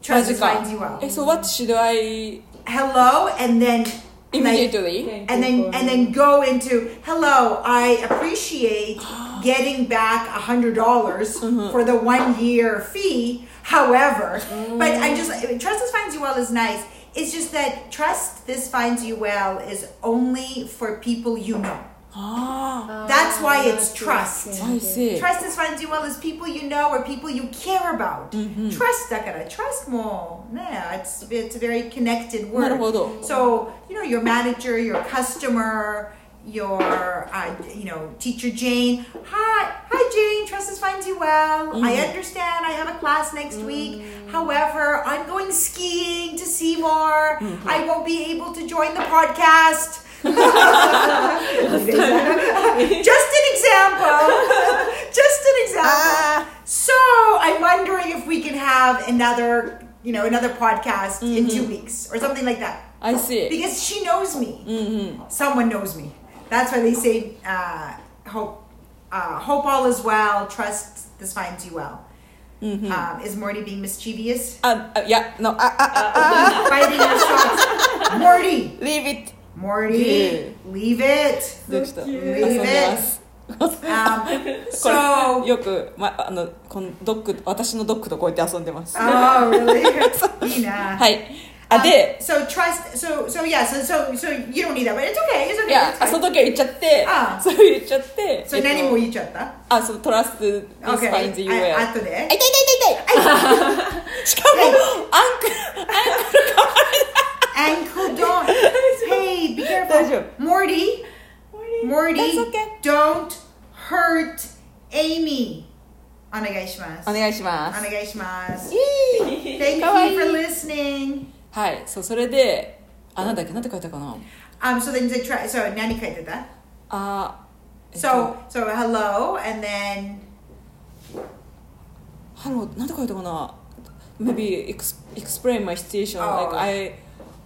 Speaker 1: trust this finds you well.
Speaker 2: え、so what should I
Speaker 1: hello and then
Speaker 2: immediately.
Speaker 3: Thank
Speaker 1: and
Speaker 3: you
Speaker 1: then
Speaker 3: for-
Speaker 1: and then go into hello i appreciate getting back a hundred dollars
Speaker 3: Mm-hmm.
Speaker 1: for the one year fee however
Speaker 3: Mm.
Speaker 1: but i just trust this finds you well is nice it's just that trust this finds you well is only for people you know
Speaker 2: Ah,
Speaker 1: That's why
Speaker 3: Ah,
Speaker 1: it's
Speaker 3: okay,
Speaker 1: trust.
Speaker 3: okay,
Speaker 2: I
Speaker 3: okay.
Speaker 2: see.
Speaker 1: trust this finds you well is people you know or people you care about
Speaker 3: Mm-hmm.
Speaker 1: trust that gotta trust more yeah it's it's a very connected word
Speaker 2: なるほど。
Speaker 1: so, you know, your manager, your customer, your, uh, you know, teacher Jane. Hi, hi Jane, Trust us finds you well. I understand I have a class next week. However, I'm going skiing to Seymour. I won't be able to join the podcast. Just an example. Just an example. So I'm wondering if we can have another, you know, another podcast in two weeks or something like that.
Speaker 2: I see.
Speaker 1: Because she knows me. Someone knows me. That's why they say, uh, hope, uh, hope all is well. Trust this finds you well. Um, is Morty being mischievous?
Speaker 2: あ、あいや、no, あ、あ、あ、
Speaker 1: Biting your straws. Morty,
Speaker 2: leave it.
Speaker 1: Morty, leave it.
Speaker 2: できた。
Speaker 3: cute.
Speaker 2: 遊んでます。
Speaker 1: Um,
Speaker 2: こ
Speaker 1: so
Speaker 2: れよく、ま、あの、このドッグ、私のドッグとこうやって遊んでます。は
Speaker 1: Oh, really? Nina.
Speaker 2: い。あ、
Speaker 1: Um,
Speaker 2: で、
Speaker 1: so trust. So so yeah. So so so you don't need that, but it's okay. It's
Speaker 2: い
Speaker 1: okay.
Speaker 2: や
Speaker 1: it's、fine.
Speaker 2: あその時は言っちゃって
Speaker 1: あ、
Speaker 2: そう言っちゃって、
Speaker 1: so
Speaker 2: えっと
Speaker 1: 何も言っちゃった。
Speaker 2: あ、そのトラスト、ディス
Speaker 1: Okay.
Speaker 2: ファインズ、ユーエア。
Speaker 1: あ後で
Speaker 2: あ。 痛い痛い痛い痛い しかも、アン
Speaker 1: Ankle
Speaker 2: クル、
Speaker 1: don't. Hey, be careful.
Speaker 2: 大丈夫。
Speaker 1: Morty, Morty,
Speaker 2: That's okay.
Speaker 1: don't hurt Amy. お願いします。
Speaker 2: お願いします。
Speaker 1: お願いします。
Speaker 2: イエー
Speaker 1: Thank
Speaker 2: イかわい
Speaker 1: you
Speaker 2: い
Speaker 1: for listening.
Speaker 2: はい、そう、それで、あ、なんだっけ、なんて書いたかな
Speaker 1: Um, so then they try. So 何書いてた
Speaker 2: あ、えっと
Speaker 1: So so hello and then
Speaker 2: ハローなんて書いたかな Maybe ex- explain my situation、
Speaker 1: Oh.
Speaker 2: like I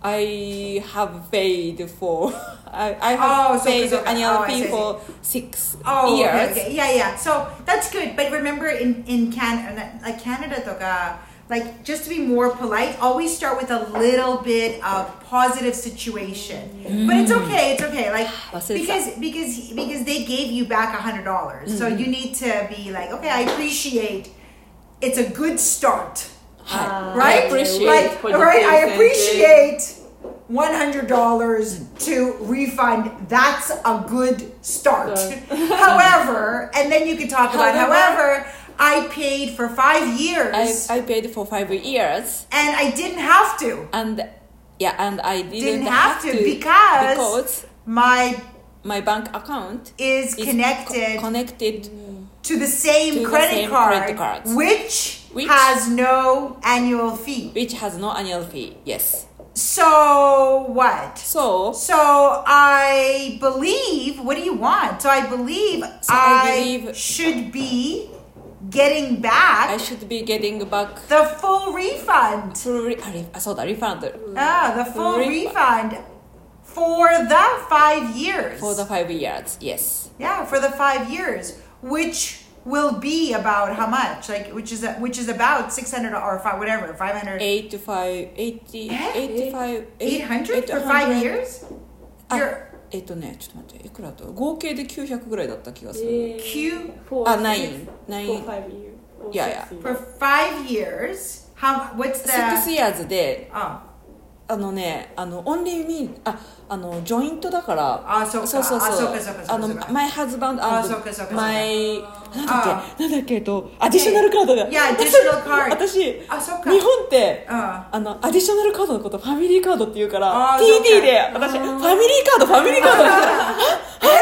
Speaker 2: I have paid for I, I
Speaker 1: Oh,
Speaker 2: have
Speaker 1: so-
Speaker 2: paid
Speaker 1: so- oh,
Speaker 2: another
Speaker 1: I see, I
Speaker 2: fee
Speaker 1: see.
Speaker 2: for six
Speaker 1: Oh,
Speaker 2: years
Speaker 1: okay, okay. Yeah, yeah. So that's good. But remember, in in Canada, like Canada, とか like just to be more polite, always start with a little bit of positive situation. But it's okay. It's okay. Like
Speaker 2: 忘れてた
Speaker 1: because because because they gave you back a hundred dollars, so you need to be like, okay, I appreciate. It's a good start,
Speaker 2: はい、
Speaker 1: right?
Speaker 2: I appreciate
Speaker 1: Like,
Speaker 3: what you
Speaker 1: Uh, right, I
Speaker 3: presented.
Speaker 1: appreciate. One hundred dollars to refund. That's a good start.
Speaker 3: Good.
Speaker 1: however, and then you can talk about.
Speaker 2: However-
Speaker 1: However, I paid for five
Speaker 2: I,
Speaker 1: years,
Speaker 2: I paid for five years
Speaker 1: and I didn't have to.
Speaker 2: and yeah and I didn't,
Speaker 1: Didn't have to because-
Speaker 2: because
Speaker 1: My
Speaker 2: my bank account
Speaker 1: is
Speaker 2: is
Speaker 1: connected Mm.
Speaker 2: co- connected
Speaker 1: to the same,
Speaker 2: to the
Speaker 1: credit,
Speaker 2: same
Speaker 1: card,
Speaker 2: credit card.
Speaker 1: which
Speaker 2: Which-
Speaker 1: has no annual fee.
Speaker 2: which has no annual fee yes
Speaker 1: So what?
Speaker 2: so
Speaker 1: So I believe. What do you want? So I believe
Speaker 2: So
Speaker 1: I,
Speaker 2: I believe-
Speaker 1: should be getting back
Speaker 2: I should be getting back
Speaker 1: the full refund.
Speaker 2: full re- あれあそうだ refund
Speaker 1: Ah, the full
Speaker 2: Re-
Speaker 1: refund for the five years.
Speaker 2: for the five years yes
Speaker 1: yeah, for the five years, which will be about how much? Like, which is which is about six hundred or five, whatever, five hundred.
Speaker 2: 85 80
Speaker 1: え
Speaker 2: 85
Speaker 1: Eight hundred for five years?
Speaker 2: あ
Speaker 1: You're
Speaker 2: えっとねちょっと待っていくらだった合計で900ぐらいだった気がする
Speaker 3: Yeah.
Speaker 1: Cute.
Speaker 3: Four,
Speaker 2: Ah,
Speaker 3: six,
Speaker 2: nine. Nine.
Speaker 3: Four, five years. Four,
Speaker 2: Yeah,
Speaker 3: six
Speaker 2: yeah.
Speaker 1: for
Speaker 3: years.
Speaker 1: five years. How? What's
Speaker 2: 6
Speaker 1: the?
Speaker 2: years で
Speaker 1: Oh,
Speaker 2: あのねあのオンリーミーああのジョイントだから
Speaker 1: あそうか
Speaker 2: そうそう
Speaker 1: あ
Speaker 2: そ
Speaker 1: そう
Speaker 2: う
Speaker 1: かそうかそうか
Speaker 2: あの
Speaker 1: そうか
Speaker 2: マイハズバンド
Speaker 1: あそうかそうかそうか
Speaker 2: マイなんだ
Speaker 1: あ
Speaker 2: っけなんだっけえっとアディショナルカードが
Speaker 1: Yeah, additional card.
Speaker 2: 私
Speaker 1: あそっか
Speaker 2: 日本って
Speaker 1: あ
Speaker 2: あのアディショナルカードのことファミリーカードって言うから
Speaker 1: あそっか
Speaker 2: TD で私ファミリーカードファミリーカードって言 ったら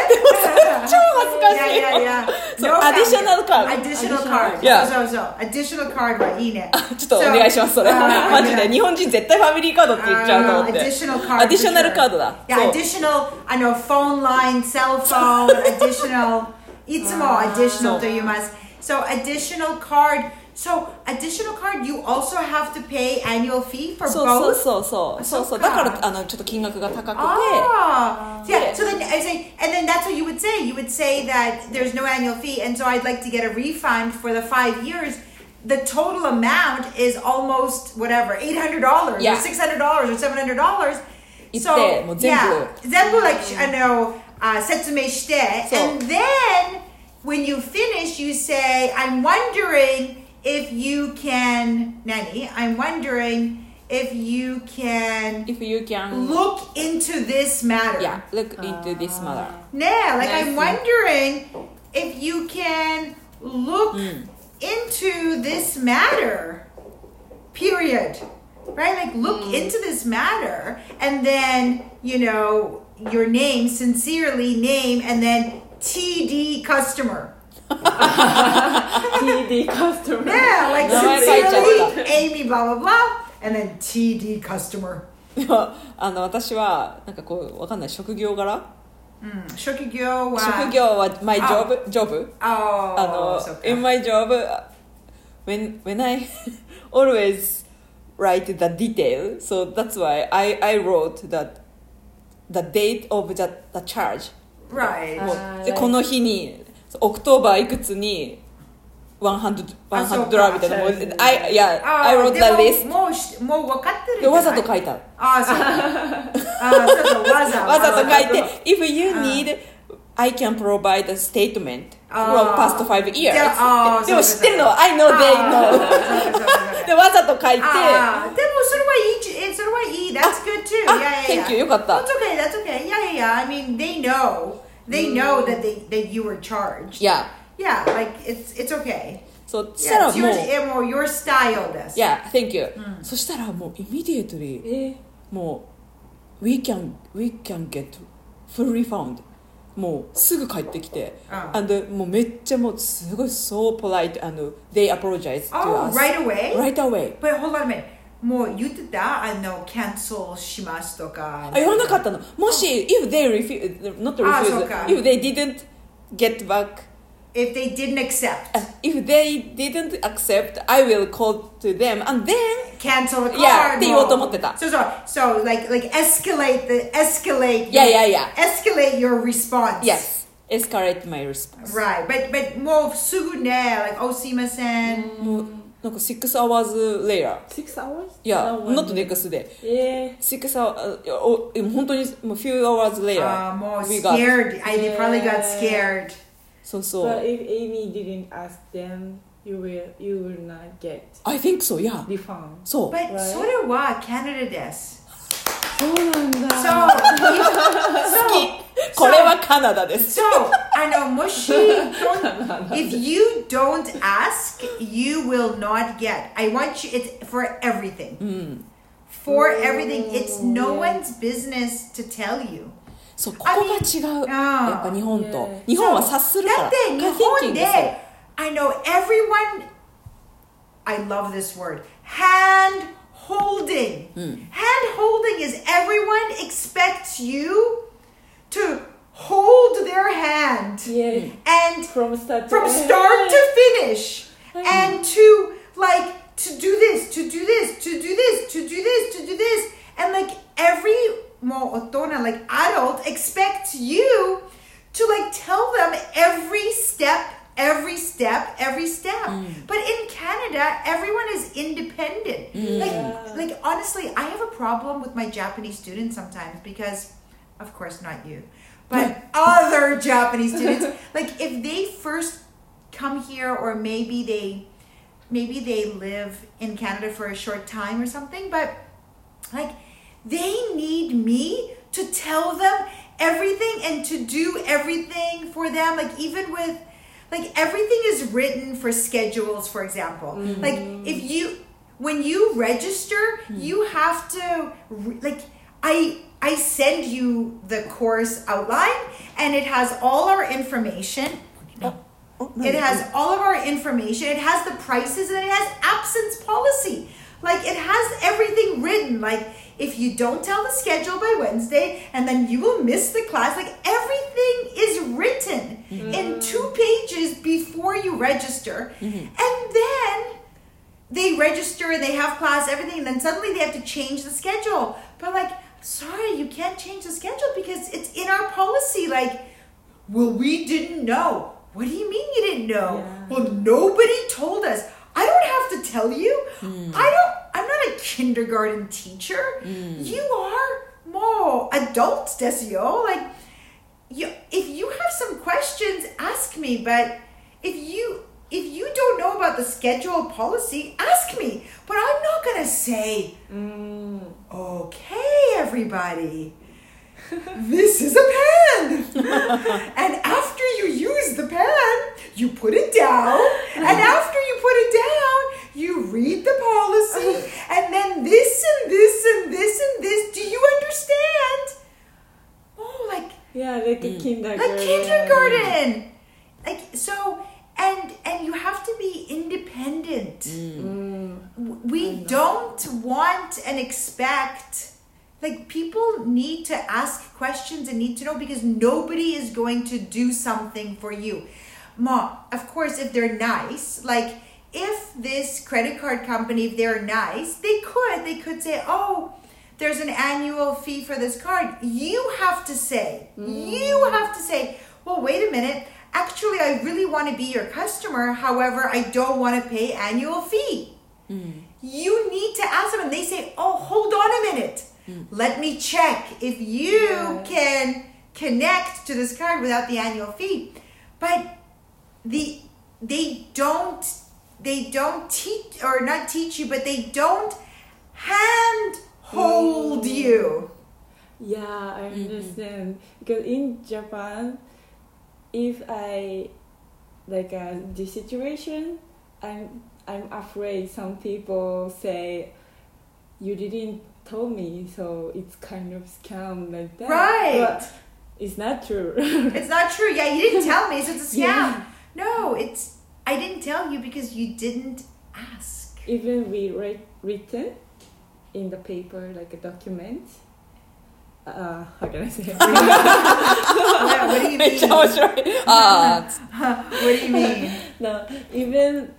Speaker 2: 超恥ずかしい
Speaker 1: yeah, yeah, yeah.
Speaker 2: So, additional card.
Speaker 1: Additional card.
Speaker 2: Yeah.
Speaker 1: So, so, so. Additional card はいい ね。
Speaker 2: ちょっとお願いしますそれ
Speaker 1: So, uh, あ
Speaker 2: マジで日本人絶対ファミリーカードって言っちゃうと思って
Speaker 1: Ah, additional card.
Speaker 2: アディショナルカードだ
Speaker 1: Yeah,
Speaker 2: そう
Speaker 1: additional, I know, phone line, cell phone, additional. いつも
Speaker 2: Ah,
Speaker 1: additional と言います。So, additional card. So, additional card, you also have to pay annual fee for
Speaker 2: そう
Speaker 1: both?
Speaker 2: そうそうそう
Speaker 1: そ
Speaker 2: そ
Speaker 1: っ
Speaker 2: う
Speaker 1: か
Speaker 2: だからあのちょっと金額が高くて
Speaker 1: Ah, yeah.
Speaker 2: Yeah.
Speaker 1: So then I say, and then that's what you would say. You would say that there's no annual fee, and so I'd like to get a refund for the five years. The total amount is almost whatever, eight hundred dollars,
Speaker 2: Yeah.
Speaker 1: or six hundred dollars, or seven hundred dollars.
Speaker 2: 行
Speaker 1: So
Speaker 2: って、もう全
Speaker 1: yeah, 全部 like
Speaker 2: Mm.
Speaker 1: I know uh, あ説明して、
Speaker 2: そう
Speaker 1: and then when you finish, you say, "I'm wondering if you can 何 I'm wondering if you can
Speaker 2: 部 If you can
Speaker 1: look into this matter."
Speaker 2: yeah, look into this matter
Speaker 1: ねえ like
Speaker 3: Nice.
Speaker 1: I'm wondering if you can look
Speaker 2: Hmm.
Speaker 1: into this matter. Period. Right? Like look
Speaker 2: Hmm.
Speaker 1: into this matter and then, you know, your name, sincerely name, and then TD customer.
Speaker 3: TD customer.
Speaker 1: Yeah, like
Speaker 2: No, I like
Speaker 1: sincerely Amy, blah blah blah, and then TD customer.
Speaker 2: でもあの私はなんかこうわかんない職業柄
Speaker 1: Hmm. 職業は
Speaker 2: 職業は my job job
Speaker 1: Oh,
Speaker 2: あの、
Speaker 1: あの、
Speaker 2: in my job, when, when I always write the detail, so that's why I, I wrote that the date of the, the charge.
Speaker 1: Right.
Speaker 2: もう
Speaker 3: あー
Speaker 2: で
Speaker 3: like-
Speaker 2: この日に、オクトーバーいくつに100
Speaker 1: あそうか
Speaker 2: ドラみたいな、も
Speaker 3: そう
Speaker 2: う I, yeah,
Speaker 1: あ
Speaker 2: I wrote
Speaker 1: で
Speaker 2: the
Speaker 1: も
Speaker 2: list.
Speaker 1: もうしもう分かってる
Speaker 2: でわざと書
Speaker 1: い
Speaker 2: いた。
Speaker 1: ああそうかああ そうそうわざ
Speaker 2: わざと書い
Speaker 1: わ
Speaker 2: て
Speaker 1: ざ、
Speaker 2: if you need, I can provide a statement
Speaker 1: あ
Speaker 2: from
Speaker 1: ー
Speaker 2: past five years.
Speaker 1: であー
Speaker 2: でも
Speaker 1: そうか
Speaker 2: 知ってるのは I know
Speaker 1: あ
Speaker 2: they
Speaker 1: あ
Speaker 2: know.
Speaker 1: そうかそうかそう か
Speaker 2: でわざと書いて
Speaker 1: ああでもそれはいいじえそれはいい e, That's good too
Speaker 2: あ
Speaker 1: いやいやいや
Speaker 2: Ah, Thank you よかった
Speaker 1: That's okay that's okay いやいや I mean they know
Speaker 2: Mm.
Speaker 1: they know that they that you were charged
Speaker 2: いや
Speaker 1: yeah like it's it's okay
Speaker 2: そうした
Speaker 1: yeah
Speaker 2: ら
Speaker 1: it's
Speaker 2: も
Speaker 1: your
Speaker 2: う
Speaker 1: eh, もう your style です
Speaker 2: いや Thank you そしたらもう immediately
Speaker 3: え
Speaker 2: もう We can we can get full refund もうすぐ帰ってきて
Speaker 1: あ
Speaker 2: and もうめっちゃもうすごい so polite and they apologize to
Speaker 1: oh
Speaker 2: us
Speaker 1: right away
Speaker 2: right away
Speaker 1: But hold on a minute. もう言ってたあの、キャンセルしますとか。
Speaker 2: あ言わなかったのもし if they refuse not
Speaker 1: あそう
Speaker 2: refuse
Speaker 1: か
Speaker 2: if they didn't get back
Speaker 1: If they didn't accept.
Speaker 2: uh, if they didn't accept I will call to them and then
Speaker 1: Cancel a card.
Speaker 2: いやって言おうと思ってた
Speaker 1: そうそう。So, like, like escalate the, escalate.
Speaker 2: いやいやいや
Speaker 1: Escalate your response.
Speaker 2: Yes, escalate my response.
Speaker 1: Right. But, but もうすぐね、like, oh, おすいません。
Speaker 2: もうなんか6 hours later.
Speaker 3: Six hours?
Speaker 2: いや、
Speaker 3: No, one Eh,
Speaker 2: not
Speaker 3: minute.
Speaker 2: next day.
Speaker 3: え
Speaker 2: 6 hours, いやおえもう本当にもう few hours later.
Speaker 1: あーもう
Speaker 2: we got.
Speaker 1: uh, scared. I, they probably got scared.
Speaker 2: そうそ
Speaker 3: But
Speaker 2: う。
Speaker 3: if Amy didn't ask them, you will you will not get
Speaker 2: I think so, yeah.
Speaker 3: refund.
Speaker 2: そう。
Speaker 1: But それはカナダです。
Speaker 3: そうなんだ。
Speaker 1: So, so,
Speaker 2: これはカナダです。
Speaker 1: So, あの、もし、don't, if you don't ask, you will not get. I want you, it's for everything. For everything. It's no one's business to tell you.
Speaker 2: そう、ここが違う。
Speaker 1: あー
Speaker 2: やっぱ日本と
Speaker 3: Yeah.。
Speaker 2: 日本は察するから。
Speaker 1: だって日
Speaker 2: I
Speaker 1: 本
Speaker 2: think
Speaker 1: で
Speaker 2: so.、
Speaker 1: I know everyone, I love this word, hand holding. Hand holding is everyone expects you to hold their hand.
Speaker 3: Yeah.
Speaker 1: And
Speaker 3: From start to
Speaker 1: from
Speaker 3: end.
Speaker 1: start to finish and to like to do this to do this to do this to do this to do this and like every more otona like adult expects you to like tell them every step every step every step but in canada everyone is independent like like honestly i have a problem with my japanese students sometimes because of course not you but other japanese students like if they first come here or maybe they maybe they live in canada for a short time or something but like they need me to tell them everything and to do everything for them like even with like everything is written for schedules for example like if you when you register you have to re- like i i send you the course outline and it has all our information
Speaker 2: お
Speaker 1: it has all of our information. It has the prices and it has absence policy. Like it has everything written. Like if you don't tell the schedule by Wednesday and then you will miss the class. Like everything is written in two pages before you register. And then they register and they have class, everything, and then suddenly they have to change the schedule. But like, sorry, you can't change the schedule because it's in our policy. Like, well, we didn't know. What do you mean you didn't know?
Speaker 3: Yeah.
Speaker 1: Well, nobody told us. I don't have to tell you. I don't. I'm not a kindergarten teacher. You are. Mo, oh, adults ですよ like you, if you have some questions ask me but if you if you don't know about the schedule policy ask me but I'm not gonna say okay everybody this is a pen and after you use the pen you put it down and after you put it down you read the policy and then this and this and this and this do you understand oh like
Speaker 3: Yeah, like
Speaker 2: Mm.
Speaker 3: a kindergarten.
Speaker 1: like kindergarten like so and and you have to be independent W- we don't want and expect like people need to ask questions and need to know because nobody is going to do something for you ma of course if they're nice like if this credit card company if they're nice they could they could say oh there's an annual fee for this card you have to say you have to say well wait a minute actually i really want to be your customer however i don't want to pay annual fee you need to ask them and they say oh hold on a minute let me check if you
Speaker 3: Hmm. Yeah.
Speaker 1: can connect to this card without the annual fee but the they don't they don't teach or not teach you but they don't hand hold
Speaker 3: Hmm.
Speaker 1: you
Speaker 3: Yeah, I
Speaker 1: Mm-hmm.
Speaker 3: understand. Because in Japan, if I like uh, the situation, I'm I'm afraid some people say you didn't tell me, so it's kind of scam like that.
Speaker 1: Right.
Speaker 3: But it's not true.
Speaker 1: it's not true yeah you didn't tell me so it's a scam
Speaker 3: Yeah.
Speaker 1: no it's i didn't tell you because you didn't ask
Speaker 3: Even we write written in the paper like a document. Uh, how can I say? it?
Speaker 1: what, what do you
Speaker 2: めっちゃ
Speaker 1: mean
Speaker 2: 面白い。 ああ、
Speaker 1: what do you mean
Speaker 3: no, even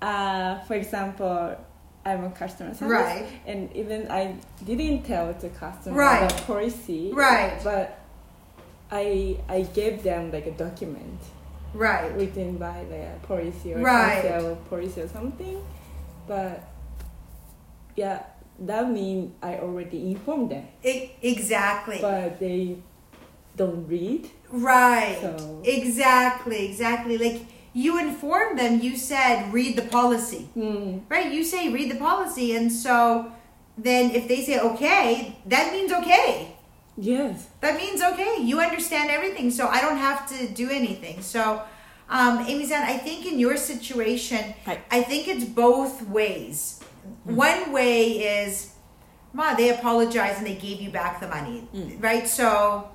Speaker 3: uh, for example, I'm a customer service,
Speaker 1: Right.
Speaker 3: and even I didn't tell the customer
Speaker 1: Right.
Speaker 3: the policy,
Speaker 1: Right.
Speaker 3: But I I gave them like a document
Speaker 1: right
Speaker 3: written by the policy or
Speaker 1: Right.
Speaker 3: council policy or something, but yeah, that means I already informed them,
Speaker 1: E- exactly
Speaker 3: but they don't read.
Speaker 1: Right.
Speaker 3: So-
Speaker 1: Exactly, exactly. Like you informed them, you said read the policy.
Speaker 3: Hmm.
Speaker 1: Right? You say read the policy and so then if they say okay, that means okay.
Speaker 3: Yes.
Speaker 1: That means okay. You understand everything, so I don't have to do anything. So um, Amy san, I think in your situation,
Speaker 2: Right.
Speaker 1: I think it's both ways. One way is, ma, they apologized and they gave you back the money, right? So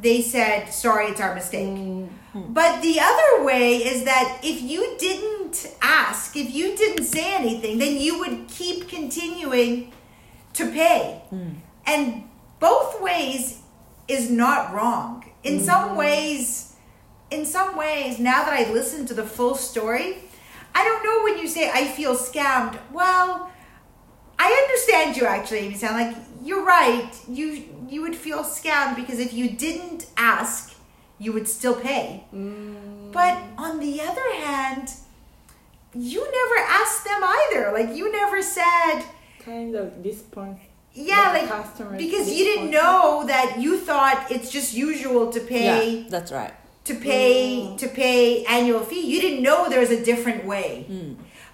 Speaker 1: they said, sorry, it's our mistake. But the other way is that if you didn't ask, if you didn't say anything, then you would keep continuing to pay. And both ways is not wrong. In some ways, in some ways, now that I listen to the full story, I don't know when you say I feel scammed. Well, I understand you actually, Amy. Sound like you're right. You you would feel scammed because if you didn't ask, you would still pay. But on the other hand, you never asked them either. Like you never said,
Speaker 3: Kind of disappoint.
Speaker 1: yeah,
Speaker 3: The
Speaker 1: like
Speaker 3: customer
Speaker 1: because you didn't know
Speaker 3: responsibility.
Speaker 1: that you thought it's just usual to pay
Speaker 2: yeah, that's right.
Speaker 1: to pay to pay annual fee. You didn't know there was a different way.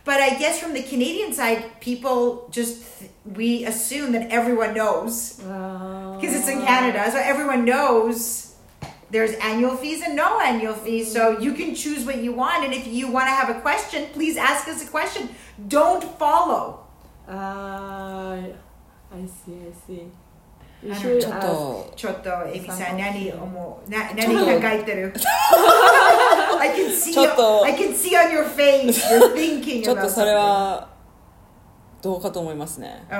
Speaker 1: But I guess from the Canadian side, people just th- we assume that everyone knows
Speaker 3: Uh,
Speaker 1: because it's in Canada, so everyone knows there's annual fees and no annual fees. So you can choose what you want, and if you want to have a question, please ask us a question. Don't follow.
Speaker 3: Ah, I see, I see. You
Speaker 1: I don't
Speaker 3: should
Speaker 2: ちょっ
Speaker 3: ask.
Speaker 2: と、
Speaker 1: ちょっとエミさん何思うな
Speaker 2: ち
Speaker 1: 何
Speaker 2: ょっ
Speaker 1: 考
Speaker 2: と
Speaker 1: えてる I can see
Speaker 2: ちょっと
Speaker 1: I can see on your face you're thinking
Speaker 2: ちょっ
Speaker 1: about
Speaker 2: とそれ
Speaker 1: something. Ah.
Speaker 2: は、どうかと思いますね。
Speaker 1: うん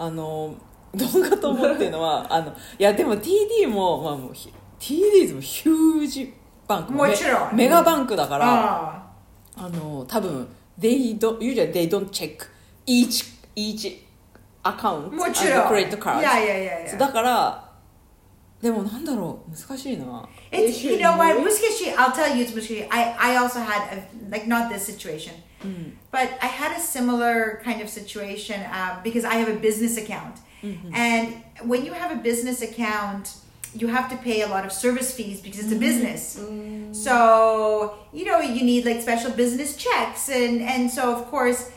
Speaker 2: あの、どうかと思うっていうの は、あの、いや、でも TD も、まあもうひ、TDs もヒュージバンク
Speaker 1: もちろん
Speaker 2: メメガバンクだから、
Speaker 1: あ
Speaker 2: あの、多分、they don't, usually they don't check each, each account
Speaker 1: あもちろん
Speaker 2: and credit card.
Speaker 1: いやいやいやい
Speaker 2: そう
Speaker 1: や
Speaker 2: だからでもなんだろう難しいな
Speaker 1: It's, you know what? Muskashi, I'll tell you it's Muskashi. I, I also had, a, like, not this situation, but I had a similar kind of situation uh, because I have a business account. And when you have a business account, you have to pay a lot of service fees because it's a business. So, you know, you need like special business checks and and so of course,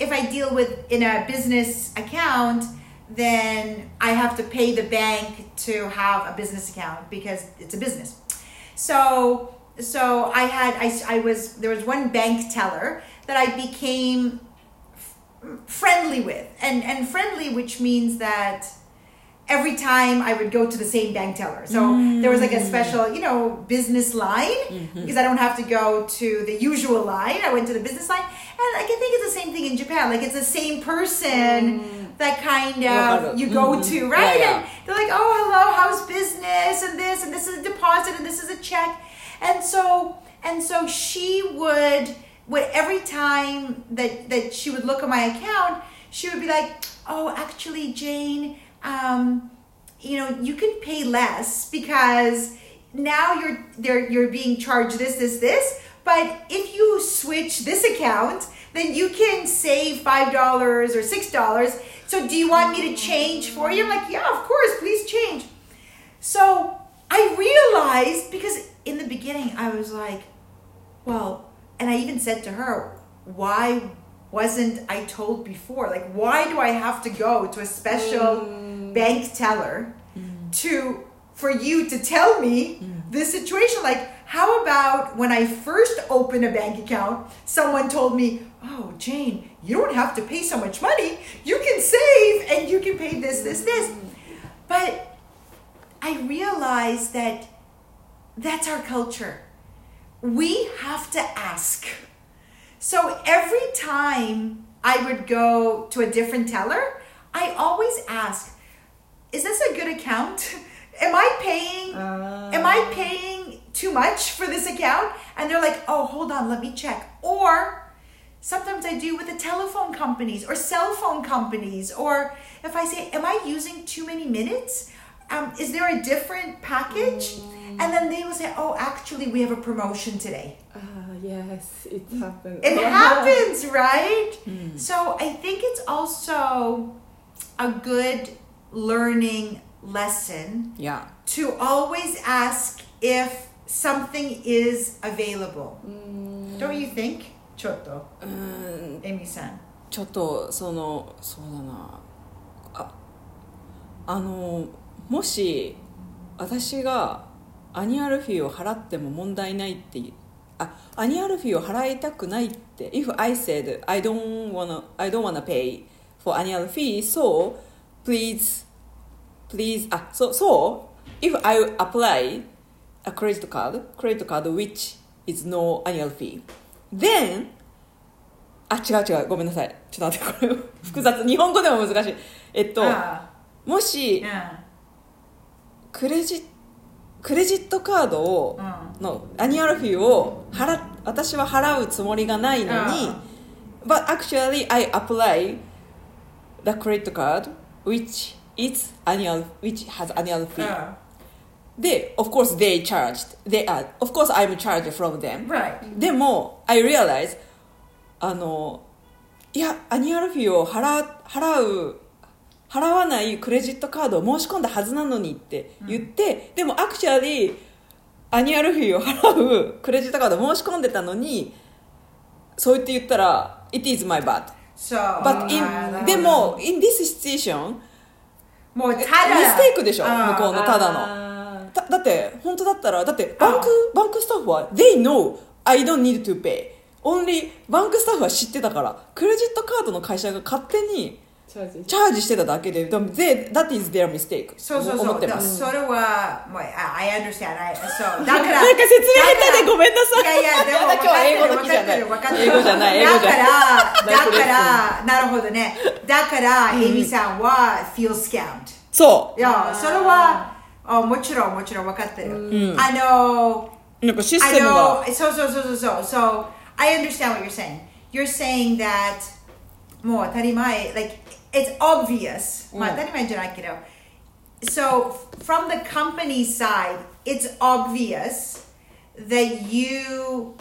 Speaker 1: if I deal with in a business account, then I have to pay the bank to have a business account because it's a business. So so I had I, I was there was one bank teller that I became f- friendly with and and friendly which means that every time I would go to the same bank teller. So there was like a special, you know, business line
Speaker 2: Mm-hmm.
Speaker 1: because I don't have to go to the usual line. I went to the business line. And like, I think it's the same thing in Japan. Like it's the same person
Speaker 2: Mm.
Speaker 1: that kind of
Speaker 2: わかる。
Speaker 1: you go
Speaker 2: Mhm.
Speaker 1: to,
Speaker 2: Yeah,
Speaker 1: right?
Speaker 2: yeah.
Speaker 1: And they're like, oh, hello, how's business? And this, and this is a deposit, and this is a check. And so, and so she would, would every time that, that she would look at my account, she would be like, oh, actually, Jane, um, you know, you can pay less because now you're, they're, you're being charged this, this, this. But if you switch this account, then you can save five dollars or six dollars. So do you want me to change for you? I'm like, yeah, of course, please change. So I realized because in the beginning I was like, well, and I even said to her, why wasn't I told before? Like, why do I have to go to a special bank teller to for you to tell me this situation? Like, how about when I first opened a bank account, someone told me, Oh, Jane, you don't have to pay so much money. You can save and you can pay this, this, this. But I realized that that's our culture. We have to ask. So every time I would go to a different teller, I always ask, is this a good account? Am I paying am I paying too much for this account? And they're like, "Oh, hold on, let me check." Or sometimes I do with the telephone companies or cell phone companies or if I say, "Am I using too many minutes? Um, is there a different package?" And then they will say, "Oh, actually, we have a promotion today."
Speaker 3: Ah, yes, it happened.
Speaker 1: It happens, right? So I think it's also a good learning lesson
Speaker 2: Yeah.
Speaker 1: to always ask if something is available. Don't you think? ちょっと、
Speaker 2: うーん
Speaker 1: エミさん。
Speaker 2: ちょっとそのそうだなああのもし私がアニアルフィーを払っても問題ないってあアニアルフィーを払いたくないって If I said I don't wanna I don't wanna pay for annual fee so please please あそうそう If I apply a credit card credit card which is no annual fee then あ違う違うごめんなさいちょっと待ってこれ複雑日本語でも難しいえっと
Speaker 1: あ
Speaker 2: も
Speaker 1: あ
Speaker 2: しクレジクレジットカードをのアニュアルフィーを払っ私は払うつもりがないのに
Speaker 1: あ
Speaker 2: But actually I apply the credit card which is annual which has annual
Speaker 1: うん
Speaker 2: fee で of course they charged they are of course I'm charged from them
Speaker 1: right.
Speaker 2: でも I realize あのいやアニュアルフィーを払払う払わないクレジットカードを申し込んだはずなのにって言って、でもアクチュアリーアニュアルフィーを払うクレジットカードを申し込んでたのにそう言って言ったら「It is my bad」
Speaker 1: So,
Speaker 2: But
Speaker 1: あー
Speaker 2: in で、も in this situation
Speaker 1: もうた
Speaker 2: ミ
Speaker 1: だ、
Speaker 2: ステイクでしょ
Speaker 1: あー
Speaker 2: 向こうのただの。
Speaker 3: Ah,
Speaker 2: だだって本当だったらだってバンクバンクスタッフは They know I don't need to pay only バンクスタッフは知ってたからクレジットカードの会社が勝手に
Speaker 3: charge it.
Speaker 2: チャージしてただけででも they, That is their mistake
Speaker 1: そうそう
Speaker 2: 思
Speaker 1: そ
Speaker 2: っ
Speaker 1: う。
Speaker 2: て
Speaker 1: だ
Speaker 2: ます
Speaker 1: それは、もう、I I understand. I, so, だから、
Speaker 2: なんか説明下手でごめんなさ
Speaker 1: いや
Speaker 2: い
Speaker 1: いや、でも
Speaker 2: まだ今日は英語の日じゃない
Speaker 1: 分かってる
Speaker 2: 英語じゃない英語じゃない
Speaker 1: だから、だから、なるほどね。だから、エミさんは feel scammed。
Speaker 2: そ
Speaker 1: いや、それは、あもちろん、もちろん分かってる。あの、
Speaker 2: うなんかシス
Speaker 1: I
Speaker 2: テム
Speaker 1: know.
Speaker 2: が
Speaker 1: So so so so so so. I understand what you're saying. You're saying that more tarimai like it's obvious. Ma tarimai janai kido. So from the company side, it's obvious that you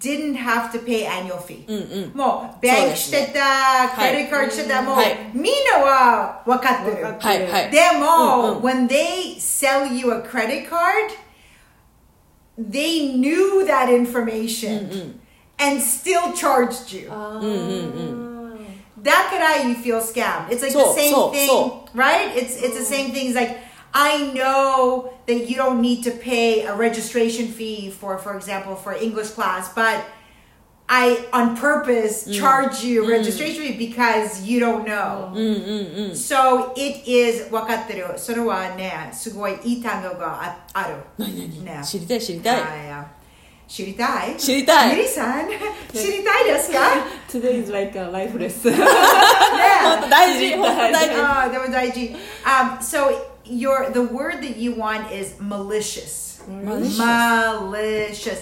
Speaker 1: didn't have to pay annual fee、
Speaker 2: うんうん
Speaker 1: もうベンクしてた、
Speaker 2: そうですね
Speaker 1: クレジットカードしてた、もう、
Speaker 2: はい
Speaker 1: みんなは分かってる、
Speaker 3: 分かって
Speaker 2: はいはい
Speaker 1: でも、
Speaker 2: うんう
Speaker 1: when
Speaker 2: ん
Speaker 1: they sell you a credit card, they knew that information and still charged you.
Speaker 3: あー
Speaker 1: That could I you feel scammed. It's like the
Speaker 2: So,
Speaker 1: same
Speaker 2: so,
Speaker 1: thing,
Speaker 2: so.
Speaker 1: right? It's it's the same thing. It's like I know that you don't need to pay a registration fee for, for example, for English class, but I on purpose charge you registration fee because you don't know.
Speaker 2: うんうんうん
Speaker 1: So it is 分かってる。それはね、すごいいい単語があある。
Speaker 2: 何何、
Speaker 1: ね
Speaker 2: 知りたい知りたい、
Speaker 1: いや。知りたい
Speaker 2: 知りたい
Speaker 1: ゆりさん、 知りたいです かね
Speaker 3: Today is like a life lesson.
Speaker 2: 本当大事本当 大事
Speaker 1: ああ、でも大事。Um, so your the word that you want is malicious.
Speaker 2: Malicious.
Speaker 1: Malicious.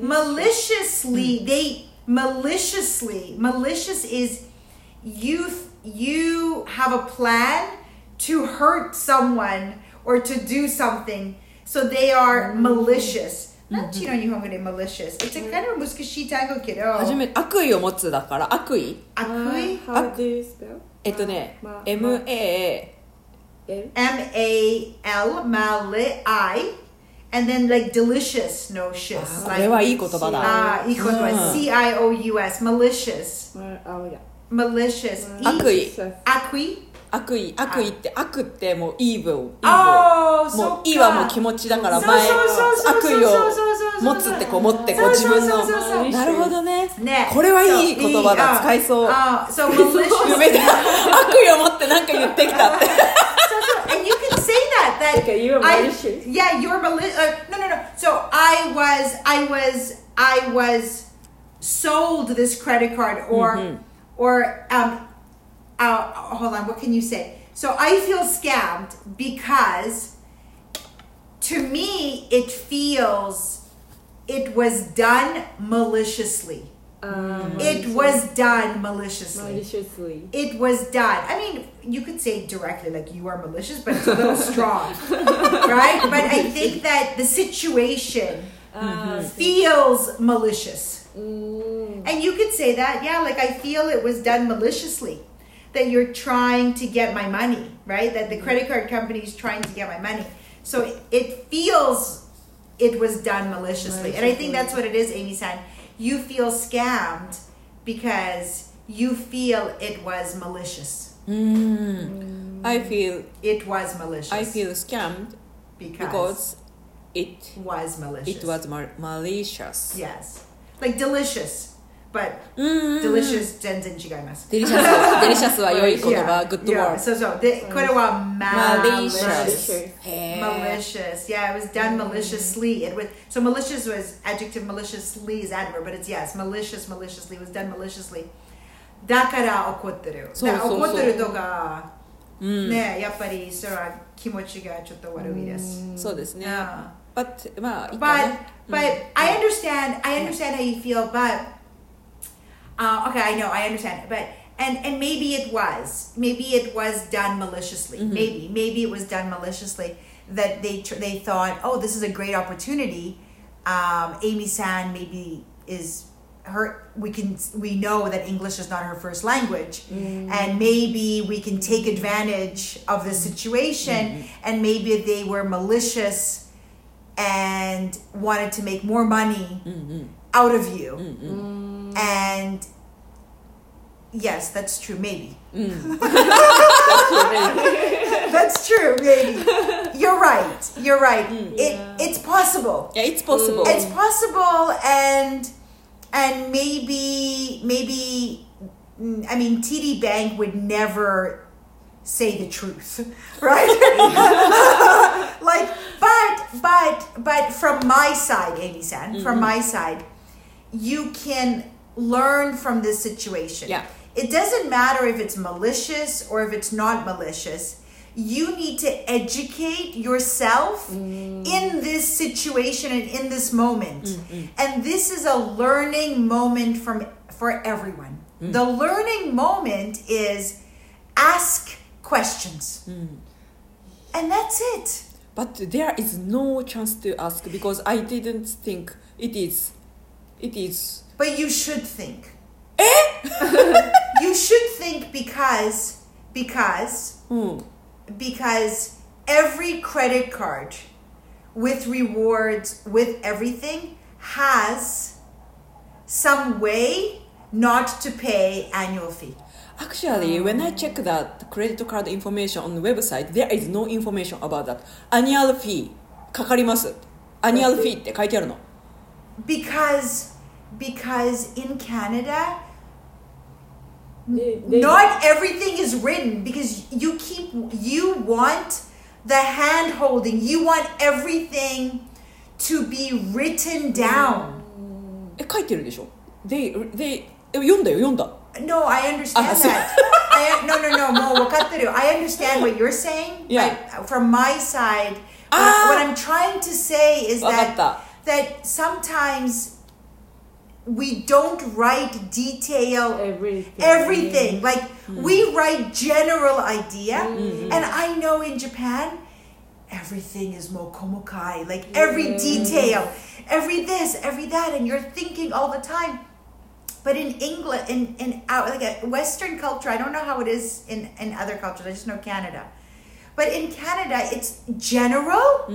Speaker 3: Malicious.
Speaker 1: Maliciously, they maliciously. Malicious is you th- you have a plan to hurt someone or to do something. So they are malicious. なんていうの日本語で malicious? It's a kind of 難しい単語けど。
Speaker 2: 初め悪意を持つだから悪意
Speaker 1: 悪意
Speaker 3: How do you spell?
Speaker 2: えっとね、
Speaker 3: ま
Speaker 2: MA
Speaker 3: L?
Speaker 1: M A L mali I, and then like delicious, no
Speaker 3: Ah,
Speaker 1: shiss.
Speaker 2: こ
Speaker 1: Like,
Speaker 2: れはいい言葉だ
Speaker 1: Ah, equal
Speaker 2: Mm.
Speaker 1: C I O U S, malicious,
Speaker 3: まあ、あ、いや。
Speaker 1: malicious.
Speaker 3: Mm.
Speaker 2: 悪
Speaker 1: E-
Speaker 2: 意
Speaker 1: Acqui.
Speaker 2: 悪意悪意って悪ってもう evil evil
Speaker 1: Oh,
Speaker 2: も
Speaker 1: so
Speaker 2: う「い」はもう気持ちだから
Speaker 1: そう
Speaker 2: 前
Speaker 1: そうそうそう
Speaker 2: 悪意
Speaker 1: そうそうそうそう
Speaker 2: を持つってこう持ってこう
Speaker 1: そ
Speaker 2: 自
Speaker 1: うそう
Speaker 2: 分
Speaker 1: そうそう
Speaker 3: そう
Speaker 2: のなるほどね
Speaker 1: ね
Speaker 2: これはいい言葉だ
Speaker 1: そう
Speaker 2: 使いそう
Speaker 1: e, Ah, so malicious.
Speaker 2: 夢で悪意を持ってなんか言ってきたって
Speaker 1: so, so, and you can say that that
Speaker 3: Okay, you're
Speaker 1: I-
Speaker 3: malicious.
Speaker 1: Yeah, you're malicious. Uh, no, no, no. So I was, I was, I was sold this credit card, or,
Speaker 3: Mm-hmm.
Speaker 1: or um, uh, hold on, what can you say? So I feel scammed because, to me, it feels it was done maliciously. It was done maliciously
Speaker 3: maliciously.
Speaker 1: it was done. I mean, you could say directly, like, you are malicious, but it's a little strong, right? But I think that the situation
Speaker 3: Mm.
Speaker 1: feels malicious. And you could say that, yeah, like, I feel it was done maliciously. That you're trying to get my money, right? That the credit card company is trying to get my money. So it, it feels it was done maliciously. And I think that's what it is, Amy san You feel scammed because you feel it was malicious.
Speaker 2: うーん I feel
Speaker 1: It was malicious.
Speaker 2: I feel scammed
Speaker 1: because,
Speaker 2: because it
Speaker 1: was malicious.
Speaker 2: it was mal- malicious
Speaker 1: Yes. Like delicious. But
Speaker 2: うーん
Speaker 1: delicious 全然違います。
Speaker 2: デリシャ スデリシャスは良い言葉 good
Speaker 1: yeah.
Speaker 2: word Mm.
Speaker 1: So so the これは malicious.
Speaker 2: malicious Mm. へー
Speaker 1: Malicious. Yeah, it was done maliciously. It was so malicious was adjective maliciously is adverb, but it's yes, malicious maliciously was done maliciously. だから怒ってる。
Speaker 2: そうそうそう
Speaker 1: だから怒ってるとか、
Speaker 2: うん
Speaker 1: ね、やっぱりそれは気持ちがちょっと悪いです。
Speaker 2: そうですね
Speaker 1: うん
Speaker 2: but まあいいか
Speaker 1: but
Speaker 2: な
Speaker 1: but I understand I understand how you feel but uh, okay I know I understand it but and and maybe it was maybe it was done maliciously maybe maybe it was done maliciously that they tr- they thought oh this is a great opportunity um, Amy San maybe is her we can we know that English is not her first language and maybe we can take advantage of the situation and maybe they were malicious and wanted to make more money out of you. Mm. And yes, that's true, maybe. that's true, maybe. You're right. You're right. It, It's possible.
Speaker 2: いや it's possible
Speaker 1: It's possible, and and maybe maybe mm, I mean TD Bank would never say the truth, right? like, but but but from my side, Amy San, from my side, you can learn from this situation.
Speaker 2: Yeah.
Speaker 1: It doesn't matter if it's malicious or if it's not malicious. You need to educate yourself in this situation and in this moment. And this is a learning moment from for everyone. The learning moment is ask questions. And that's it.
Speaker 2: But there is no chance to ask because I didn't think it is It is.
Speaker 1: But you should think. you should think because because
Speaker 2: うん。
Speaker 1: because every credit card with rewards with everything has some way not to pay annual fee.
Speaker 2: Actually, when I check that credit card information on the website, there is no information about that. Annual fee かかります。Annual fee って書いてあるの。
Speaker 1: Because because in Canada
Speaker 3: They, they-
Speaker 1: not everything is written because you keep you want the hand holding you want everything to be written down
Speaker 2: え、書いてるでしょ they, they, え読んだよ、読んだ。
Speaker 1: no i understand
Speaker 2: Ah,
Speaker 1: that I, no no no mo wakataru. i understand what you're saying
Speaker 2: Yeah.
Speaker 1: but from my side what-
Speaker 2: Ah.
Speaker 1: what i'm trying to say is
Speaker 2: Wakata.
Speaker 1: that that sometimes we don't write detail
Speaker 3: everything.
Speaker 1: everything. Like we write general idea, and I know in Japan, everything is mokomokai. Like every detail, every this, every that, and you're thinking all the time. But in England, in in out like a Western culture, I don't know how it is in in other cultures. I just know Canada. But in Canada, it's general,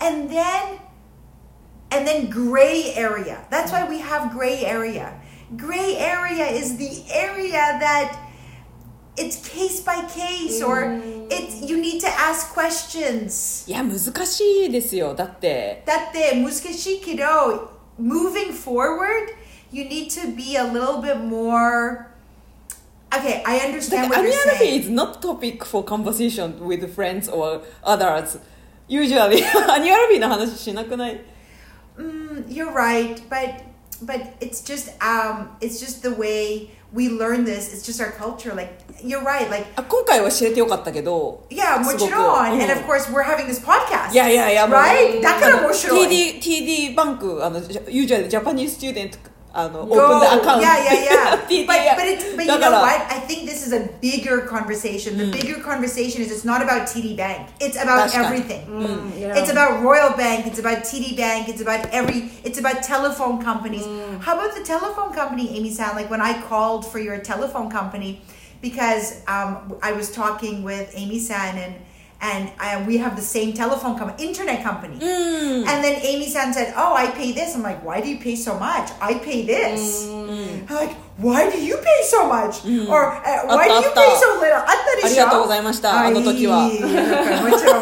Speaker 1: and then and then gray area. That's why we have gray area. Gray area is the area that it's case by case or it's you need to ask questions.
Speaker 2: いや、難しいですよ。だって。
Speaker 1: That the muskashikido moving forward, you need to be a little bit more Okay, I
Speaker 2: だ
Speaker 1: understand
Speaker 2: か
Speaker 1: what
Speaker 2: ら
Speaker 1: you're
Speaker 2: annual fee
Speaker 1: saying.
Speaker 2: is not topic for conversation with friends or others. Usually, アニュアルフィーの話しなくない
Speaker 1: Mm, you're right, but but it's just um it's just the way we learn this. It's just our culture. Like you're right. Like
Speaker 2: あ今回は知れてよかったけど。
Speaker 1: Yeah, も
Speaker 2: すご
Speaker 1: ち
Speaker 2: く
Speaker 1: ろん。
Speaker 2: うん
Speaker 1: And of course, we're having this podcast.
Speaker 2: いやいやいや、もう
Speaker 1: Right? だから面白い
Speaker 2: TD, TD バンク、あの、ジャ usually Japanese student あの、オー
Speaker 1: Go.
Speaker 2: プンアカウント。
Speaker 1: Yeah, yeah, yeah.
Speaker 2: TD
Speaker 1: but, but, it's, but you
Speaker 2: だ
Speaker 1: know
Speaker 2: から
Speaker 1: what? I think this is a bigger conversation. The bigger conversation is it's not about TD Bank. It's about
Speaker 2: 確かに。
Speaker 1: everything.
Speaker 3: Mm, yeah.
Speaker 1: It's about Royal Bank. It's about TD Bank. It's about every. It's about telephone companies. How about the telephone company, Amy? Sound like when I called for your telephone company because um, I was talking with Amy San and and I, we have the same telephone company, internet company. And then Amy San said, "Oh, I pay this." I'm like, "Why do you pay so much? I pay this." I'm like, "Why do you pay so much?" Or uh, "Why do you
Speaker 2: あったあった。
Speaker 1: pay so little?" あったでしょ？
Speaker 2: ありがとうございました
Speaker 1: あ
Speaker 2: あの時は
Speaker 1: い
Speaker 2: い
Speaker 1: いいもちろんも ちろん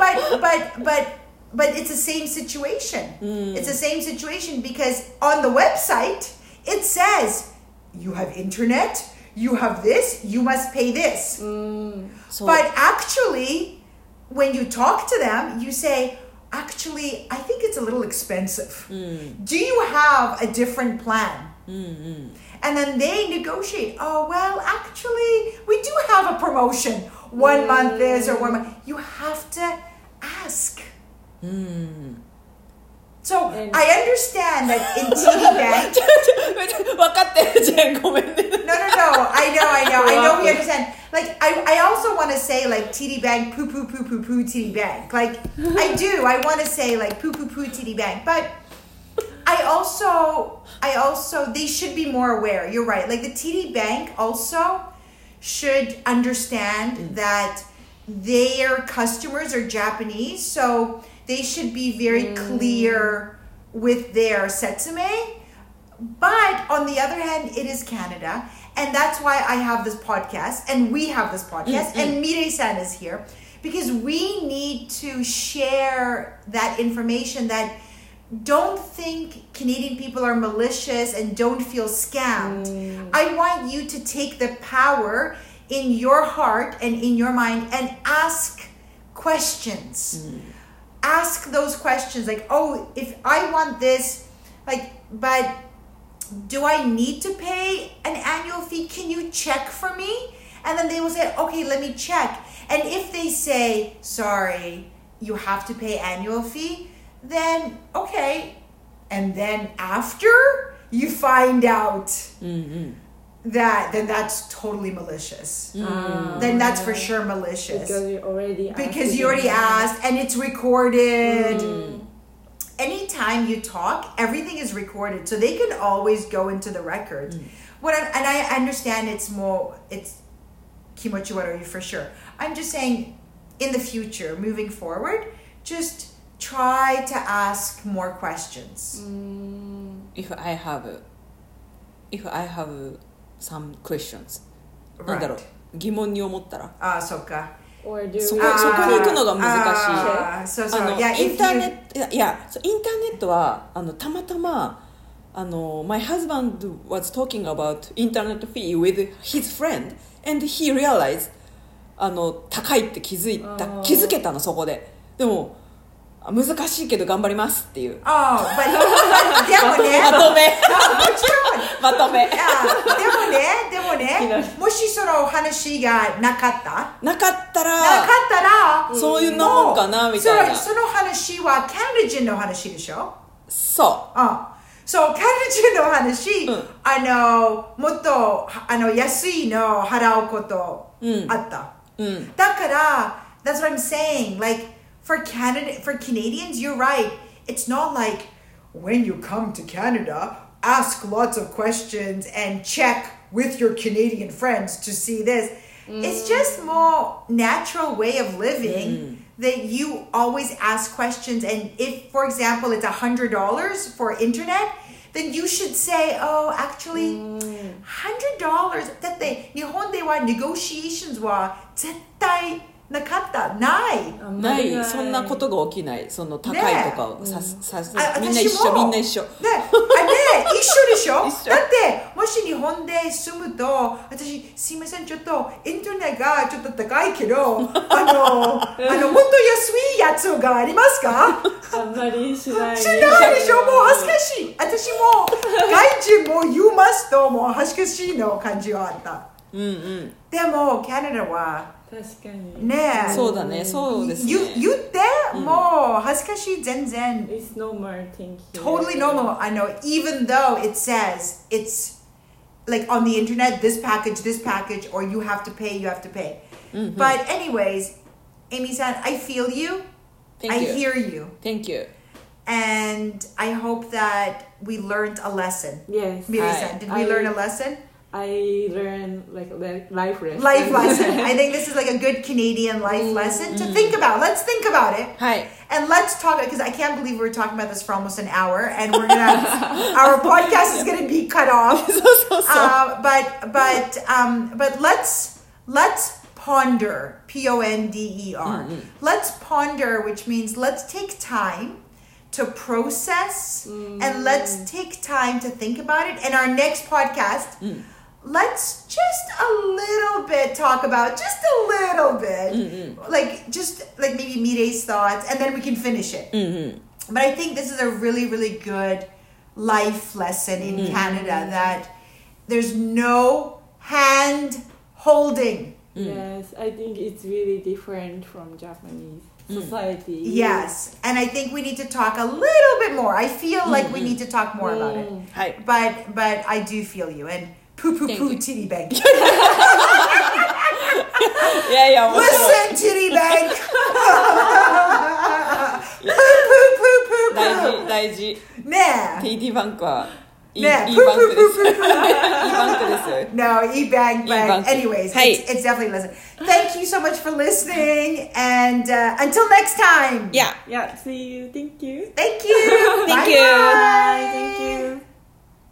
Speaker 1: but but but but it's the same situation
Speaker 2: Hmm.
Speaker 1: it's the same situation because on the website it says you have internet you have this you must pay this
Speaker 2: そう
Speaker 1: but actually when you talk to them you say actually i think it's a little expensive do you have a different plan and then they negotiate oh well actually we do have a promotion one month this or one month you have to ask so
Speaker 3: And-
Speaker 1: i understand that in tv bank
Speaker 2: ちょちょ分かってるじゃん、ごめんね。
Speaker 1: no, no, no. I know, I know, I know. We understand. Like, I, I also want to say like TD Bank, poo, poo, poo, poo, poo, TD Bank. Like, I do. I want to say like poo, poo, poo, TD Bank. But I also, I also, they should be more aware. You're right. Like the TD Bank also should understand that their customers are Japanese, so they should be very clear with their setsume. But on the other hand, it is Canada, and that's why I have this podcast, and we have this podcast, and Mirei San is here because we need to share that information that don't think Canadian people are malicious and don't feel scammed. I want you to take the power in your heart and in your mind and ask questions. Ask those questions like, oh, if I want this, like, but do I need to pay an annual fee? Can you check for me? And then they will say, okay, let me check. And if they say, sorry, you have to pay annual fee, then okay. And then after you find out that, then that's totally malicious. Then that's for sure malicious.
Speaker 3: Because you Mm. already asked Mm.
Speaker 1: Because
Speaker 3: it
Speaker 1: you already
Speaker 3: in-
Speaker 1: asked and it's recorded. anytime you talk, everything is recorded, so they can always go into the records. What I, and I understand it's more it's kimochi warui for sure. I'm just saying, in the future, moving forward, just try to ask more questions.
Speaker 3: Mm.
Speaker 2: if I have if I have some questions、なん
Speaker 1: Hmm.
Speaker 2: だろう疑問に思ったら
Speaker 1: Ah, soka.
Speaker 3: Or do
Speaker 2: そこ
Speaker 3: we
Speaker 2: そこに行くのが難しい
Speaker 1: Ah, so
Speaker 2: あ
Speaker 1: so
Speaker 2: の
Speaker 1: yeah.
Speaker 2: イ
Speaker 1: If
Speaker 2: ンター
Speaker 1: you,
Speaker 2: ネットいやいやそうインターネットはあのたまたまあの My husband was talking about internet fee with his friend and he realized あの高いって気づいた
Speaker 3: あー
Speaker 2: 気づけたのそこででもあ難しいけど頑張りますっていう
Speaker 1: oh, but
Speaker 2: ま
Speaker 1: でもね、
Speaker 2: とめ
Speaker 1: もちろん。
Speaker 2: まとめ
Speaker 1: いやでもね、でもね、もしそのお話がなかった、な
Speaker 2: なかった
Speaker 1: からったら、
Speaker 2: そういうのもんかなみたいな
Speaker 1: それその話はカナダ人の話でしょ
Speaker 2: そ
Speaker 1: うん。そう、カナダ人の話、
Speaker 2: うん
Speaker 1: あの、もっと、あの、安いのを払うこと
Speaker 2: うん
Speaker 1: あった。
Speaker 2: ううん
Speaker 1: だから、that's what I'm saying. Like, for Canada, for Canadians, you're right. It's not like when you come to Canada, ask lots of questions and check with your Canadian friends to see this. It's just more natural way of living that you always ask questions. And if, for example, it's a hundred dollars for internet, then you should say, "Oh, actually." 100 dollars だって日本では negotiations は絶対なかったない
Speaker 3: あんま
Speaker 2: な
Speaker 3: り
Speaker 2: いそんなことが起きないその高いとかをさす、さすみんな一
Speaker 1: 私
Speaker 2: 緒
Speaker 1: も
Speaker 2: みんな一緒
Speaker 1: ね あね一緒でしょ
Speaker 2: 一緒
Speaker 1: だってもし日本で住むと私すいませんちょっとインターネットがちょっと高いけどあ のあのもっと安いやつがありますか
Speaker 3: あんまりしない
Speaker 1: しないでしょもう恥ずかし い私も外人も You must ともう恥ずかしいの感じはあった
Speaker 2: うんうん
Speaker 1: でもカナダは
Speaker 3: 確かに
Speaker 1: ねえ
Speaker 2: そうだねそうですね
Speaker 1: ゆ言って、もう恥ずかしい全然
Speaker 3: It's normal thing here
Speaker 1: totally normal I know even though it says it's like on the internet this package this package or you have to pay you have to pay
Speaker 2: Mm-hmm.
Speaker 1: but anyways Amy san I feel you I
Speaker 2: Thank you
Speaker 1: hear you
Speaker 2: Thank you
Speaker 1: and I hope that we learned a lesson
Speaker 3: Yes
Speaker 1: Miri san did we
Speaker 3: I-
Speaker 1: learn a lesson
Speaker 3: I learn like li- life lesson
Speaker 1: life lesson I think this is like a good Canadian life lesson to think about let's think about it
Speaker 2: はい
Speaker 1: And let's talk because I can't believe we were talking about this for almost an hour, and we're gonna our podcast is gonna be cut off.
Speaker 2: そうそうそう、
Speaker 1: Uh, but but um, but let's let's ponder P O N D E R. Let's ponder, which means let's take time to process and let's take time to think about it. And our next podcast. Let's just a little bit talk about just a little bit,
Speaker 2: Mm-hmm.
Speaker 1: like just like maybe Mireille's thoughts, and then we can finish it.
Speaker 2: うんうん、
Speaker 1: But I think this is a really, really good life lesson in
Speaker 2: Mm-hmm.
Speaker 1: Canada that there's no hand
Speaker 2: Mm-hmm.
Speaker 1: holding.
Speaker 3: Yes I think it's really different from Japanese society
Speaker 1: Yes. And I think we need to talk a little bit more. I feel like
Speaker 2: Mm-hmm.
Speaker 1: we need to talk more about it.
Speaker 2: はい
Speaker 1: But but I do feel you and poo poo
Speaker 2: Mm. Thank
Speaker 1: poo
Speaker 2: you.
Speaker 1: titty bank.
Speaker 2: いやいや面白
Speaker 1: Listen,
Speaker 2: い
Speaker 1: titty bank. poo poo poo poo
Speaker 2: 大
Speaker 1: poo.
Speaker 2: 事大事
Speaker 1: Nah.
Speaker 2: TD バンクはいい,、
Speaker 1: ね
Speaker 2: いいバンクです いいバンクです
Speaker 1: No, e bag, but
Speaker 2: E-bank.
Speaker 1: anyways,
Speaker 2: Hey.
Speaker 1: it's, it's definitely a lesson. Thank you so much for listening, and uh, until next time.
Speaker 2: いや
Speaker 3: Yeah see you thank you
Speaker 1: Thank you.
Speaker 2: Thank
Speaker 1: Bye-bye.
Speaker 2: you.
Speaker 3: Bye thank you